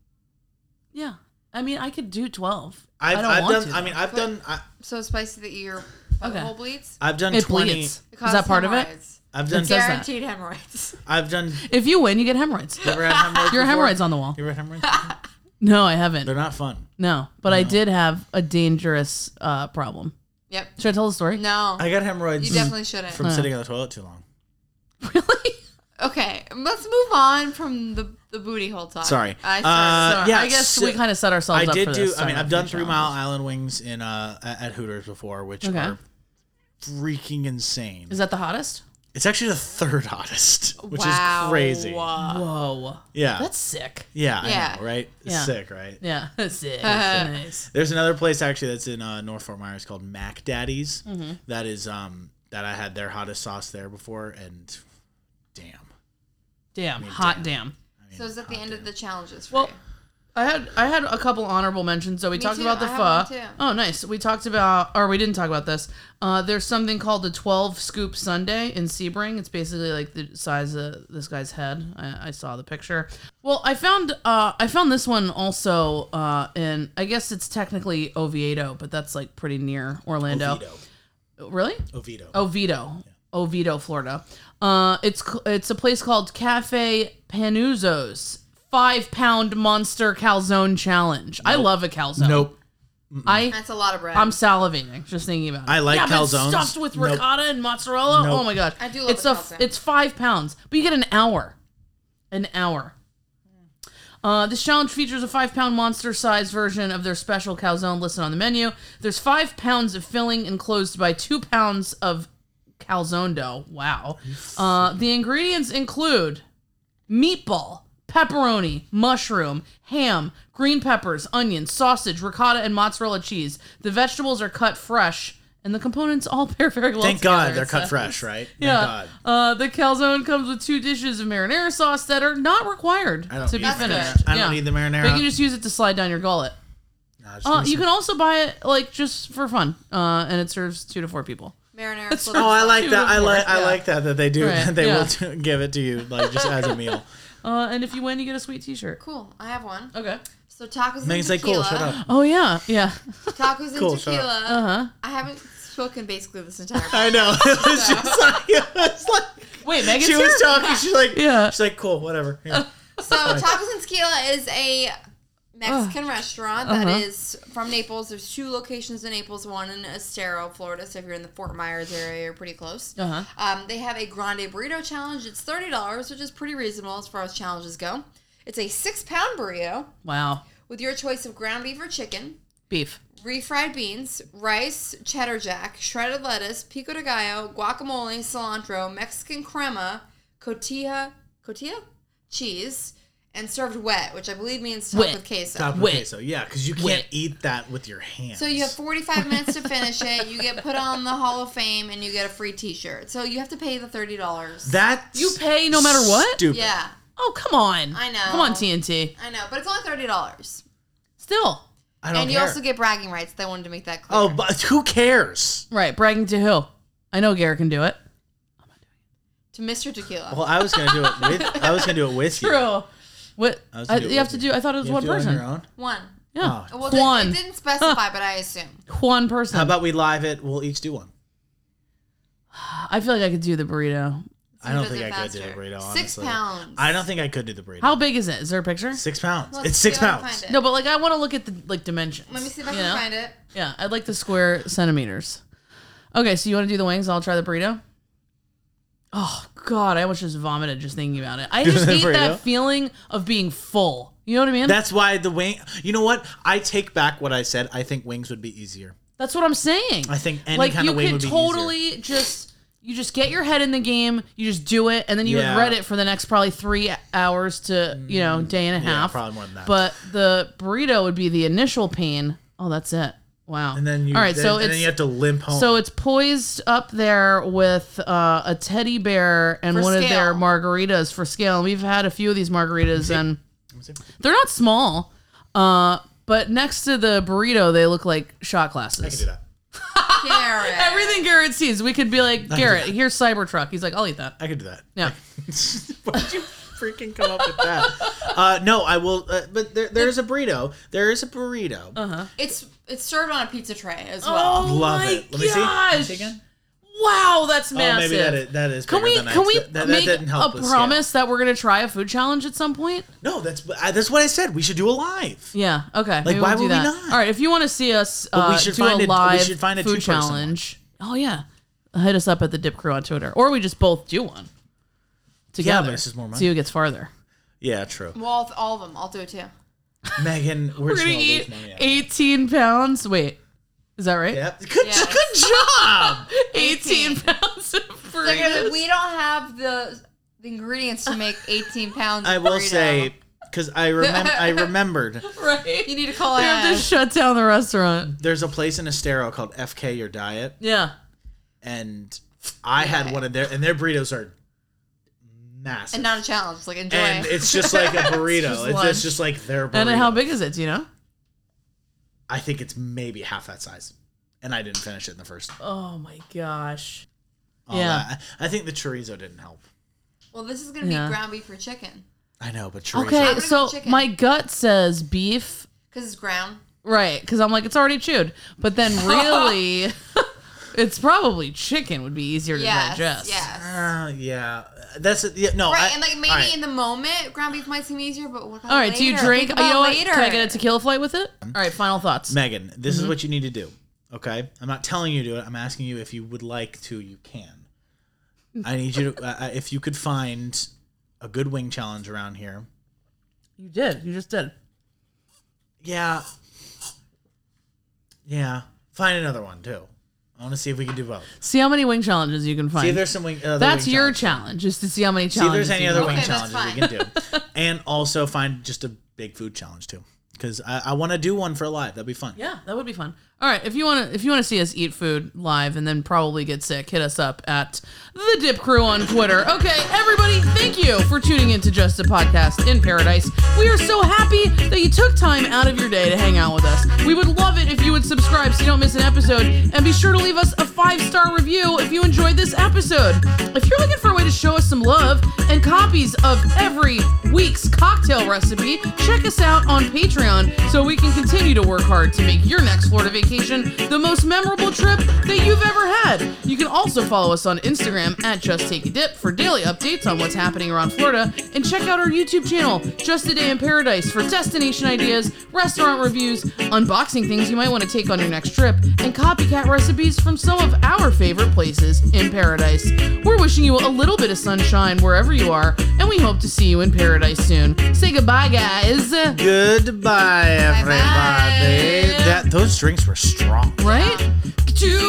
[SPEAKER 4] Yeah. I mean, I could do twelve. I
[SPEAKER 6] I've,
[SPEAKER 4] don't
[SPEAKER 6] I've
[SPEAKER 4] want
[SPEAKER 6] done.
[SPEAKER 4] to.
[SPEAKER 6] I mean, I've
[SPEAKER 5] But-
[SPEAKER 6] done. I,
[SPEAKER 5] So spicy that your
[SPEAKER 4] Okay.
[SPEAKER 5] whole bleeds.
[SPEAKER 6] I've done
[SPEAKER 4] it
[SPEAKER 6] twenty.
[SPEAKER 4] bleeds.
[SPEAKER 5] It
[SPEAKER 4] Is
[SPEAKER 5] causes
[SPEAKER 4] that part of it?
[SPEAKER 5] hemorrhoids.
[SPEAKER 6] I've done.
[SPEAKER 4] It says- that.
[SPEAKER 5] Guaranteed hemorrhoids.
[SPEAKER 6] I've done.
[SPEAKER 4] If you win, you get hemorrhoids.
[SPEAKER 6] You ever had hemorrhoids?
[SPEAKER 4] Your
[SPEAKER 6] before?
[SPEAKER 4] hemorrhoids on the wall.
[SPEAKER 6] You ever had hemorrhoids?
[SPEAKER 4] No, I haven't.
[SPEAKER 6] They're not fun.
[SPEAKER 4] No, but I did have a dangerous uh, problem.
[SPEAKER 5] Yep.
[SPEAKER 4] Should I tell the story?
[SPEAKER 5] No.
[SPEAKER 6] I got hemorrhoids
[SPEAKER 5] you definitely shouldn't.
[SPEAKER 6] from sitting on the toilet too long.
[SPEAKER 4] Really?
[SPEAKER 5] okay, let's move on from the, the booty hole talk.
[SPEAKER 6] Sorry.
[SPEAKER 5] I
[SPEAKER 6] Uh,
[SPEAKER 5] sorry.
[SPEAKER 6] yeah,
[SPEAKER 4] I guess
[SPEAKER 6] so-
[SPEAKER 4] we kind of set ourselves
[SPEAKER 6] I
[SPEAKER 4] up
[SPEAKER 6] did
[SPEAKER 4] for
[SPEAKER 6] do.
[SPEAKER 4] this.
[SPEAKER 6] I mean,
[SPEAKER 4] Sorry,
[SPEAKER 6] I've done
[SPEAKER 4] for
[SPEAKER 6] Three
[SPEAKER 4] sure.
[SPEAKER 6] Mile Island wings in uh at at Hooters before, which
[SPEAKER 4] Okay.
[SPEAKER 6] are freaking insane.
[SPEAKER 4] Is that the hottest?
[SPEAKER 6] It's actually the third hottest, which
[SPEAKER 5] Wow.
[SPEAKER 6] is crazy.
[SPEAKER 4] Whoa.
[SPEAKER 6] Yeah.
[SPEAKER 4] That's sick.
[SPEAKER 6] yeah,
[SPEAKER 5] Yeah.
[SPEAKER 6] I know, right? It's
[SPEAKER 4] Yeah.
[SPEAKER 6] sick, right?
[SPEAKER 4] Yeah. sick. nice.
[SPEAKER 6] There's another place actually that's in uh, North Fort Myers called Mac Daddy's.
[SPEAKER 4] Mm-hmm.
[SPEAKER 6] That is um that I had their hottest sauce there before, and damn,
[SPEAKER 4] Damn. Hot damn.
[SPEAKER 5] So is that the end of the challenges for
[SPEAKER 4] Well,
[SPEAKER 5] you?
[SPEAKER 4] I had I had a couple honorable mentions. So we
[SPEAKER 5] Me
[SPEAKER 4] talked
[SPEAKER 5] too,
[SPEAKER 4] about the
[SPEAKER 5] I
[SPEAKER 4] pho.
[SPEAKER 5] have one too.
[SPEAKER 4] Oh, nice. We talked about, or we didn't talk about this. Uh, there's something called the 12 scoop Sunday in Sebring. It's basically like the size of this guy's head. I, I saw the picture. Well, I found uh, I found this one also uh, in I guess it's technically Oviedo, but that's like pretty near Orlando.
[SPEAKER 6] Oviedo,
[SPEAKER 4] Really?
[SPEAKER 6] Oviedo.
[SPEAKER 4] Oh, Oviedo, Oviedo, Florida. Uh, it's c- it's a place called Cafe Panuzzo's five pound monster calzone challenge. I love a calzone.
[SPEAKER 6] Nope.
[SPEAKER 4] I
[SPEAKER 5] That's a lot of bread.
[SPEAKER 4] I'm salivating just thinking about it.
[SPEAKER 6] I like
[SPEAKER 4] yeah, but it's
[SPEAKER 6] calzones.
[SPEAKER 4] stuffed with
[SPEAKER 6] Nope.
[SPEAKER 4] ricotta and mozzarella.
[SPEAKER 6] Nope.
[SPEAKER 4] Oh my god,
[SPEAKER 5] I do love
[SPEAKER 4] it's
[SPEAKER 5] a
[SPEAKER 4] f-
[SPEAKER 5] calzone.
[SPEAKER 4] it's five pounds, but you get an hour, an hour. Uh, this challenge features a five pound monster sized version of their special calzone listed on the menu. There's five pounds of filling enclosed by two pounds of calzone dough. Wow. Uh, the ingredients include meatball, pepperoni, mushroom, ham, green peppers, onions, sausage, ricotta, and mozzarella cheese. The vegetables are cut fresh, and the components all pair very well.
[SPEAKER 6] Thank
[SPEAKER 4] together,
[SPEAKER 6] God they're
[SPEAKER 4] it
[SPEAKER 6] cut
[SPEAKER 4] says.
[SPEAKER 6] fresh, right?
[SPEAKER 4] Yeah.
[SPEAKER 6] Thank God.
[SPEAKER 4] Uh, the calzone comes with two dishes of marinara sauce that are not required
[SPEAKER 6] I don't
[SPEAKER 4] to be
[SPEAKER 6] need the
[SPEAKER 4] finished.
[SPEAKER 6] marinara. I don't
[SPEAKER 4] Yeah.
[SPEAKER 6] need the marinara.
[SPEAKER 4] But you can just use it to slide down your gullet.
[SPEAKER 6] Nah, just
[SPEAKER 4] Uh,
[SPEAKER 6] give me
[SPEAKER 4] you
[SPEAKER 6] some-
[SPEAKER 4] can also buy it like just for fun, uh, and it serves two to four people.
[SPEAKER 5] Marinara.
[SPEAKER 4] That's-
[SPEAKER 5] flip
[SPEAKER 6] Oh, I
[SPEAKER 5] flop.
[SPEAKER 6] like
[SPEAKER 4] Two
[SPEAKER 6] that.
[SPEAKER 4] to
[SPEAKER 6] I
[SPEAKER 4] four,
[SPEAKER 6] like. I
[SPEAKER 4] yeah.
[SPEAKER 6] like that. That they do.
[SPEAKER 4] Right,
[SPEAKER 6] they
[SPEAKER 4] yeah.
[SPEAKER 6] will do, give it to you like just as a meal.
[SPEAKER 4] Uh, and if you win, you get a sweet T-shirt.
[SPEAKER 5] Cool. I have one.
[SPEAKER 4] Okay.
[SPEAKER 5] So tacos and
[SPEAKER 6] Megan's like,
[SPEAKER 5] tequila.
[SPEAKER 6] cool. Shut up.
[SPEAKER 4] Oh yeah, yeah.
[SPEAKER 5] Tacos and
[SPEAKER 6] Cool, shut up.
[SPEAKER 5] tequila.
[SPEAKER 4] Uh huh.
[SPEAKER 5] I haven't spoken basically this entire.
[SPEAKER 6] I know. It was just like. It was like
[SPEAKER 4] Wait, Megan's
[SPEAKER 6] she
[SPEAKER 4] here?
[SPEAKER 6] was talking. She's like.
[SPEAKER 4] Yeah.
[SPEAKER 6] She's like, cool. Whatever. Here.
[SPEAKER 5] So tacos and tequila is a Mexican restaurant that
[SPEAKER 4] Uh-huh.
[SPEAKER 5] is from Naples. There's two locations in Naples, one in Estero, Florida. So if you're in the Fort Myers area, you're pretty close.
[SPEAKER 4] Uh-huh.
[SPEAKER 5] Um, they have a grande burrito challenge. It's thirty dollars, which is pretty reasonable as far as challenges go. It's a six pound burrito
[SPEAKER 4] Wow.
[SPEAKER 5] with your choice of ground beef or chicken,
[SPEAKER 4] Beef.
[SPEAKER 5] refried beans, rice, cheddar jack, shredded lettuce, pico de gallo, guacamole, cilantro, Mexican crema, cotija, cotija cheese, and served wet, which I believe means topped
[SPEAKER 4] Wet.
[SPEAKER 5] with queso.
[SPEAKER 6] Top of
[SPEAKER 4] Wait.
[SPEAKER 6] queso. Yeah, because you can't
[SPEAKER 4] Wait.
[SPEAKER 6] eat that with your hands.
[SPEAKER 5] So you have 45 minutes to finish it. You get put on the Hall of Fame and you get a free T-shirt. So you have to pay the thirty dollars.
[SPEAKER 6] That's
[SPEAKER 4] You pay no matter what?
[SPEAKER 6] Stupid.
[SPEAKER 5] Yeah,
[SPEAKER 4] Oh come on.
[SPEAKER 5] I know.
[SPEAKER 4] Come on TNT.
[SPEAKER 5] I know, but it's only thirty dollars.
[SPEAKER 4] Still.
[SPEAKER 6] I don't
[SPEAKER 5] And you
[SPEAKER 6] care.
[SPEAKER 5] also get bragging rights. They wanted to make that clear.
[SPEAKER 6] oh, but who cares?
[SPEAKER 4] Right. Bragging to who? I know Garrett can do it.
[SPEAKER 5] to Mr. Tequila.
[SPEAKER 6] Well, I was gonna do it with. I was gonna do it with you.
[SPEAKER 4] True. What?
[SPEAKER 6] I was
[SPEAKER 4] I,
[SPEAKER 6] gonna do it
[SPEAKER 4] you have
[SPEAKER 6] with
[SPEAKER 4] to do. I thought it was
[SPEAKER 6] You have
[SPEAKER 4] one
[SPEAKER 6] to do
[SPEAKER 4] person.
[SPEAKER 6] it on your own?
[SPEAKER 5] one.
[SPEAKER 4] Yeah.
[SPEAKER 6] Oh.
[SPEAKER 5] Well,
[SPEAKER 4] Juan.
[SPEAKER 5] They, they didn't specify, but I assume.
[SPEAKER 4] One person.
[SPEAKER 6] How about we live it? We'll each do one.
[SPEAKER 4] I feel like I could do the burrito.
[SPEAKER 6] I don't
[SPEAKER 5] does
[SPEAKER 6] think I
[SPEAKER 5] it
[SPEAKER 6] could do the
[SPEAKER 5] faster.
[SPEAKER 6] burrito. Honestly.
[SPEAKER 5] Six pounds.
[SPEAKER 6] I don't think I could do the burrito.
[SPEAKER 4] How big is it? Is there a picture?
[SPEAKER 6] Six pounds.
[SPEAKER 5] Let's
[SPEAKER 6] it's six
[SPEAKER 5] see if I can
[SPEAKER 6] pounds.
[SPEAKER 5] find it.
[SPEAKER 4] No, but like I want to look at the like dimensions.
[SPEAKER 5] Let me see if I
[SPEAKER 4] you
[SPEAKER 5] can
[SPEAKER 4] know?
[SPEAKER 5] find it.
[SPEAKER 4] Yeah, I'd like the square centimeters. Okay, so you want to do the wings? I'll try the burrito. Oh God, I almost just vomited just thinking about it. I just
[SPEAKER 6] the
[SPEAKER 4] hate
[SPEAKER 6] burrito?
[SPEAKER 4] that feeling of being full. You know what I mean?
[SPEAKER 6] That's why the wing. You know what? I take back what I said. I think wings would be easier.
[SPEAKER 4] That's what I'm saying.
[SPEAKER 6] I think any
[SPEAKER 4] like
[SPEAKER 6] kind
[SPEAKER 4] you
[SPEAKER 6] of wing
[SPEAKER 4] can
[SPEAKER 6] would be easier.
[SPEAKER 4] totally just you just get your head in the game, you just do it, and then you
[SPEAKER 6] Yeah. Mm,
[SPEAKER 4] regret it for the next probably three hours to you know day and a
[SPEAKER 6] Yeah,
[SPEAKER 4] half.
[SPEAKER 6] probably more than that.
[SPEAKER 4] But the burrito would be the initial pain. Oh, that's it. Wow.
[SPEAKER 6] and then you.
[SPEAKER 4] all right.
[SPEAKER 6] then-
[SPEAKER 4] so
[SPEAKER 6] and
[SPEAKER 4] it's
[SPEAKER 6] then you have to limp home.
[SPEAKER 4] So it's poised up there with uh, a teddy bear and
[SPEAKER 5] For
[SPEAKER 4] one of
[SPEAKER 5] scale.
[SPEAKER 4] their margaritas for scale. And we've had a few of these margaritas, and they're not small. Uh, But next to the burrito, they look like shot glasses.
[SPEAKER 6] I can do that.
[SPEAKER 5] Garrett.
[SPEAKER 4] Everything Garrett sees, we could be like, Garrett, here's Cybertruck. He's like, I'll eat that.
[SPEAKER 6] I can do that.
[SPEAKER 4] Yeah.
[SPEAKER 6] Why would you freaking come up with that? Uh, no, I will. Uh, but there, there is a burrito. There is a burrito.
[SPEAKER 4] Uh-huh.
[SPEAKER 5] It's it's served on a pizza tray as
[SPEAKER 4] Oh.
[SPEAKER 5] well.
[SPEAKER 6] Love
[SPEAKER 4] my
[SPEAKER 6] it. Let me see. Let me see
[SPEAKER 4] gosh.
[SPEAKER 6] again.
[SPEAKER 4] Wow, that's
[SPEAKER 6] Oh,
[SPEAKER 4] massive.
[SPEAKER 6] maybe that is, that is
[SPEAKER 4] Can
[SPEAKER 6] bigger
[SPEAKER 4] we
[SPEAKER 6] than I
[SPEAKER 4] can we
[SPEAKER 6] expect- that, that
[SPEAKER 4] make
[SPEAKER 6] didn't help
[SPEAKER 4] a
[SPEAKER 6] with scale.
[SPEAKER 4] promise that we're gonna try a food challenge at some point?
[SPEAKER 6] No, that's I, that's what I said. We should do a live.
[SPEAKER 4] Yeah. Okay. Like
[SPEAKER 6] why
[SPEAKER 4] do
[SPEAKER 6] would we
[SPEAKER 4] that.
[SPEAKER 6] not?
[SPEAKER 4] All right. If you want to see us,
[SPEAKER 6] But
[SPEAKER 4] uh,
[SPEAKER 6] we should
[SPEAKER 4] do
[SPEAKER 6] find a-
[SPEAKER 4] a
[SPEAKER 6] we
[SPEAKER 4] live
[SPEAKER 6] should find a
[SPEAKER 4] food
[SPEAKER 6] two-person one.
[SPEAKER 4] challenge. Oh yeah, hit us up at the Dip Crew on Twitter, or we just both do one together.
[SPEAKER 6] this is more money.
[SPEAKER 4] See who gets farther.
[SPEAKER 6] Yeah, true.
[SPEAKER 5] Well, all, all of them. I'll do it too.
[SPEAKER 6] Megan, we're,
[SPEAKER 4] We're
[SPEAKER 6] just
[SPEAKER 4] gonna
[SPEAKER 6] gonna lose
[SPEAKER 4] eat
[SPEAKER 6] money at it.
[SPEAKER 4] 18 pounds. Wait, is that right?
[SPEAKER 6] Yep. Good,
[SPEAKER 5] Yeah.
[SPEAKER 6] good job.
[SPEAKER 4] 18 pounds of
[SPEAKER 5] Like,
[SPEAKER 4] burritos.
[SPEAKER 5] we don't have the the ingredients to make 18 pounds.
[SPEAKER 6] I
[SPEAKER 5] of
[SPEAKER 6] will
[SPEAKER 5] burrito.
[SPEAKER 6] say because I remember I remembered
[SPEAKER 5] you
[SPEAKER 4] right.
[SPEAKER 5] need to call
[SPEAKER 4] We have to
[SPEAKER 5] Ash.
[SPEAKER 4] shut down the restaurant.
[SPEAKER 6] there's a place in Estero called FK Your Diet,
[SPEAKER 4] Yeah.
[SPEAKER 6] and I had one of their and their burritos are massive.
[SPEAKER 5] and not a challenge. Like enjoy.
[SPEAKER 6] And it's just like a burrito.
[SPEAKER 4] just
[SPEAKER 6] it's, it's
[SPEAKER 4] lunch.
[SPEAKER 6] just like their burrito.
[SPEAKER 4] And how big is it? Do you know?
[SPEAKER 6] I think it's maybe half that size. And I didn't finish it in the first.
[SPEAKER 4] Oh my gosh.
[SPEAKER 6] all
[SPEAKER 4] Yeah.
[SPEAKER 6] that. I, I think the chorizo didn't help.
[SPEAKER 5] well, this is gonna
[SPEAKER 4] Yeah.
[SPEAKER 5] be ground beef or chicken
[SPEAKER 6] I know, but chorizo.
[SPEAKER 4] Okay,
[SPEAKER 5] go
[SPEAKER 4] so
[SPEAKER 5] chicken.
[SPEAKER 4] my gut says beef.
[SPEAKER 5] because it's ground.
[SPEAKER 4] Right, because I'm like, it's already chewed. But then really, it's probably chicken would be easier to
[SPEAKER 5] Yes.
[SPEAKER 4] digest.
[SPEAKER 5] Yes.
[SPEAKER 6] Uh, yeah, that's it. Yeah, no.
[SPEAKER 5] Right,
[SPEAKER 6] I-
[SPEAKER 5] and like maybe
[SPEAKER 6] all right.
[SPEAKER 5] in the moment, ground beef might seem easier, but what about
[SPEAKER 4] All right, do you
[SPEAKER 5] later?
[SPEAKER 4] drink? You
[SPEAKER 5] Think
[SPEAKER 4] know
[SPEAKER 5] about
[SPEAKER 4] what?
[SPEAKER 5] later.
[SPEAKER 4] Can I get a tequila flight with it?
[SPEAKER 6] Mm-hmm.
[SPEAKER 4] All right, final thoughts.
[SPEAKER 6] Megan, this
[SPEAKER 4] Mm-hmm.
[SPEAKER 6] is what you need to do. Okay, I'm not telling you to do it. I'm asking you if you would like to. You can. I need you to. Uh, if you could find a good wing challenge around here.
[SPEAKER 4] You did. You just did.
[SPEAKER 6] Yeah. Yeah. Find another one too. I want to see if we can do both.
[SPEAKER 4] See how many wing challenges you can find.
[SPEAKER 6] See if there's some wing. other
[SPEAKER 4] That's
[SPEAKER 6] wing
[SPEAKER 4] your
[SPEAKER 6] challenges.
[SPEAKER 4] challenge, is to see how many
[SPEAKER 6] See if
[SPEAKER 4] challenges.
[SPEAKER 6] there's any
[SPEAKER 4] you
[SPEAKER 6] other
[SPEAKER 4] can-
[SPEAKER 6] wing
[SPEAKER 5] Okay, that's
[SPEAKER 6] challenges we can do, and also find just a big food challenge too, because I, I want to do one for a live. That'd be fun.
[SPEAKER 4] Yeah, that would be fun. All right, if you want to, if you want to see us eat food live and then probably get sick, hit us up at the Dip Crew on Twitter. Okay, everybody, thank you for tuning into Just a Podcast in Paradise. We are so happy that you took time out of your day to hang out with us. We would love it if you would subscribe so you don't miss an episode, and be sure to leave us a five star review if you enjoyed this episode. If you're looking for a way to show us some love and copies of every week's cocktail recipe, check us out on Patreon so we can continue to work hard to make your next Florida vacation the most memorable trip that you've ever had. You can also follow us on Instagram at Just Take a Dip for daily updates on what's happening around Florida and check out our YouTube channel, Just a Day in Paradise, for destination ideas, restaurant reviews, unboxing things you might want to take on your next trip, and copycat recipes from some of our favorite places in paradise. We're wishing you a little bit of sunshine wherever you are, and we hope to see you in paradise soon. Say goodbye, guys.
[SPEAKER 6] Goodbye, everybody. That those drinks were strong.
[SPEAKER 4] Right? Two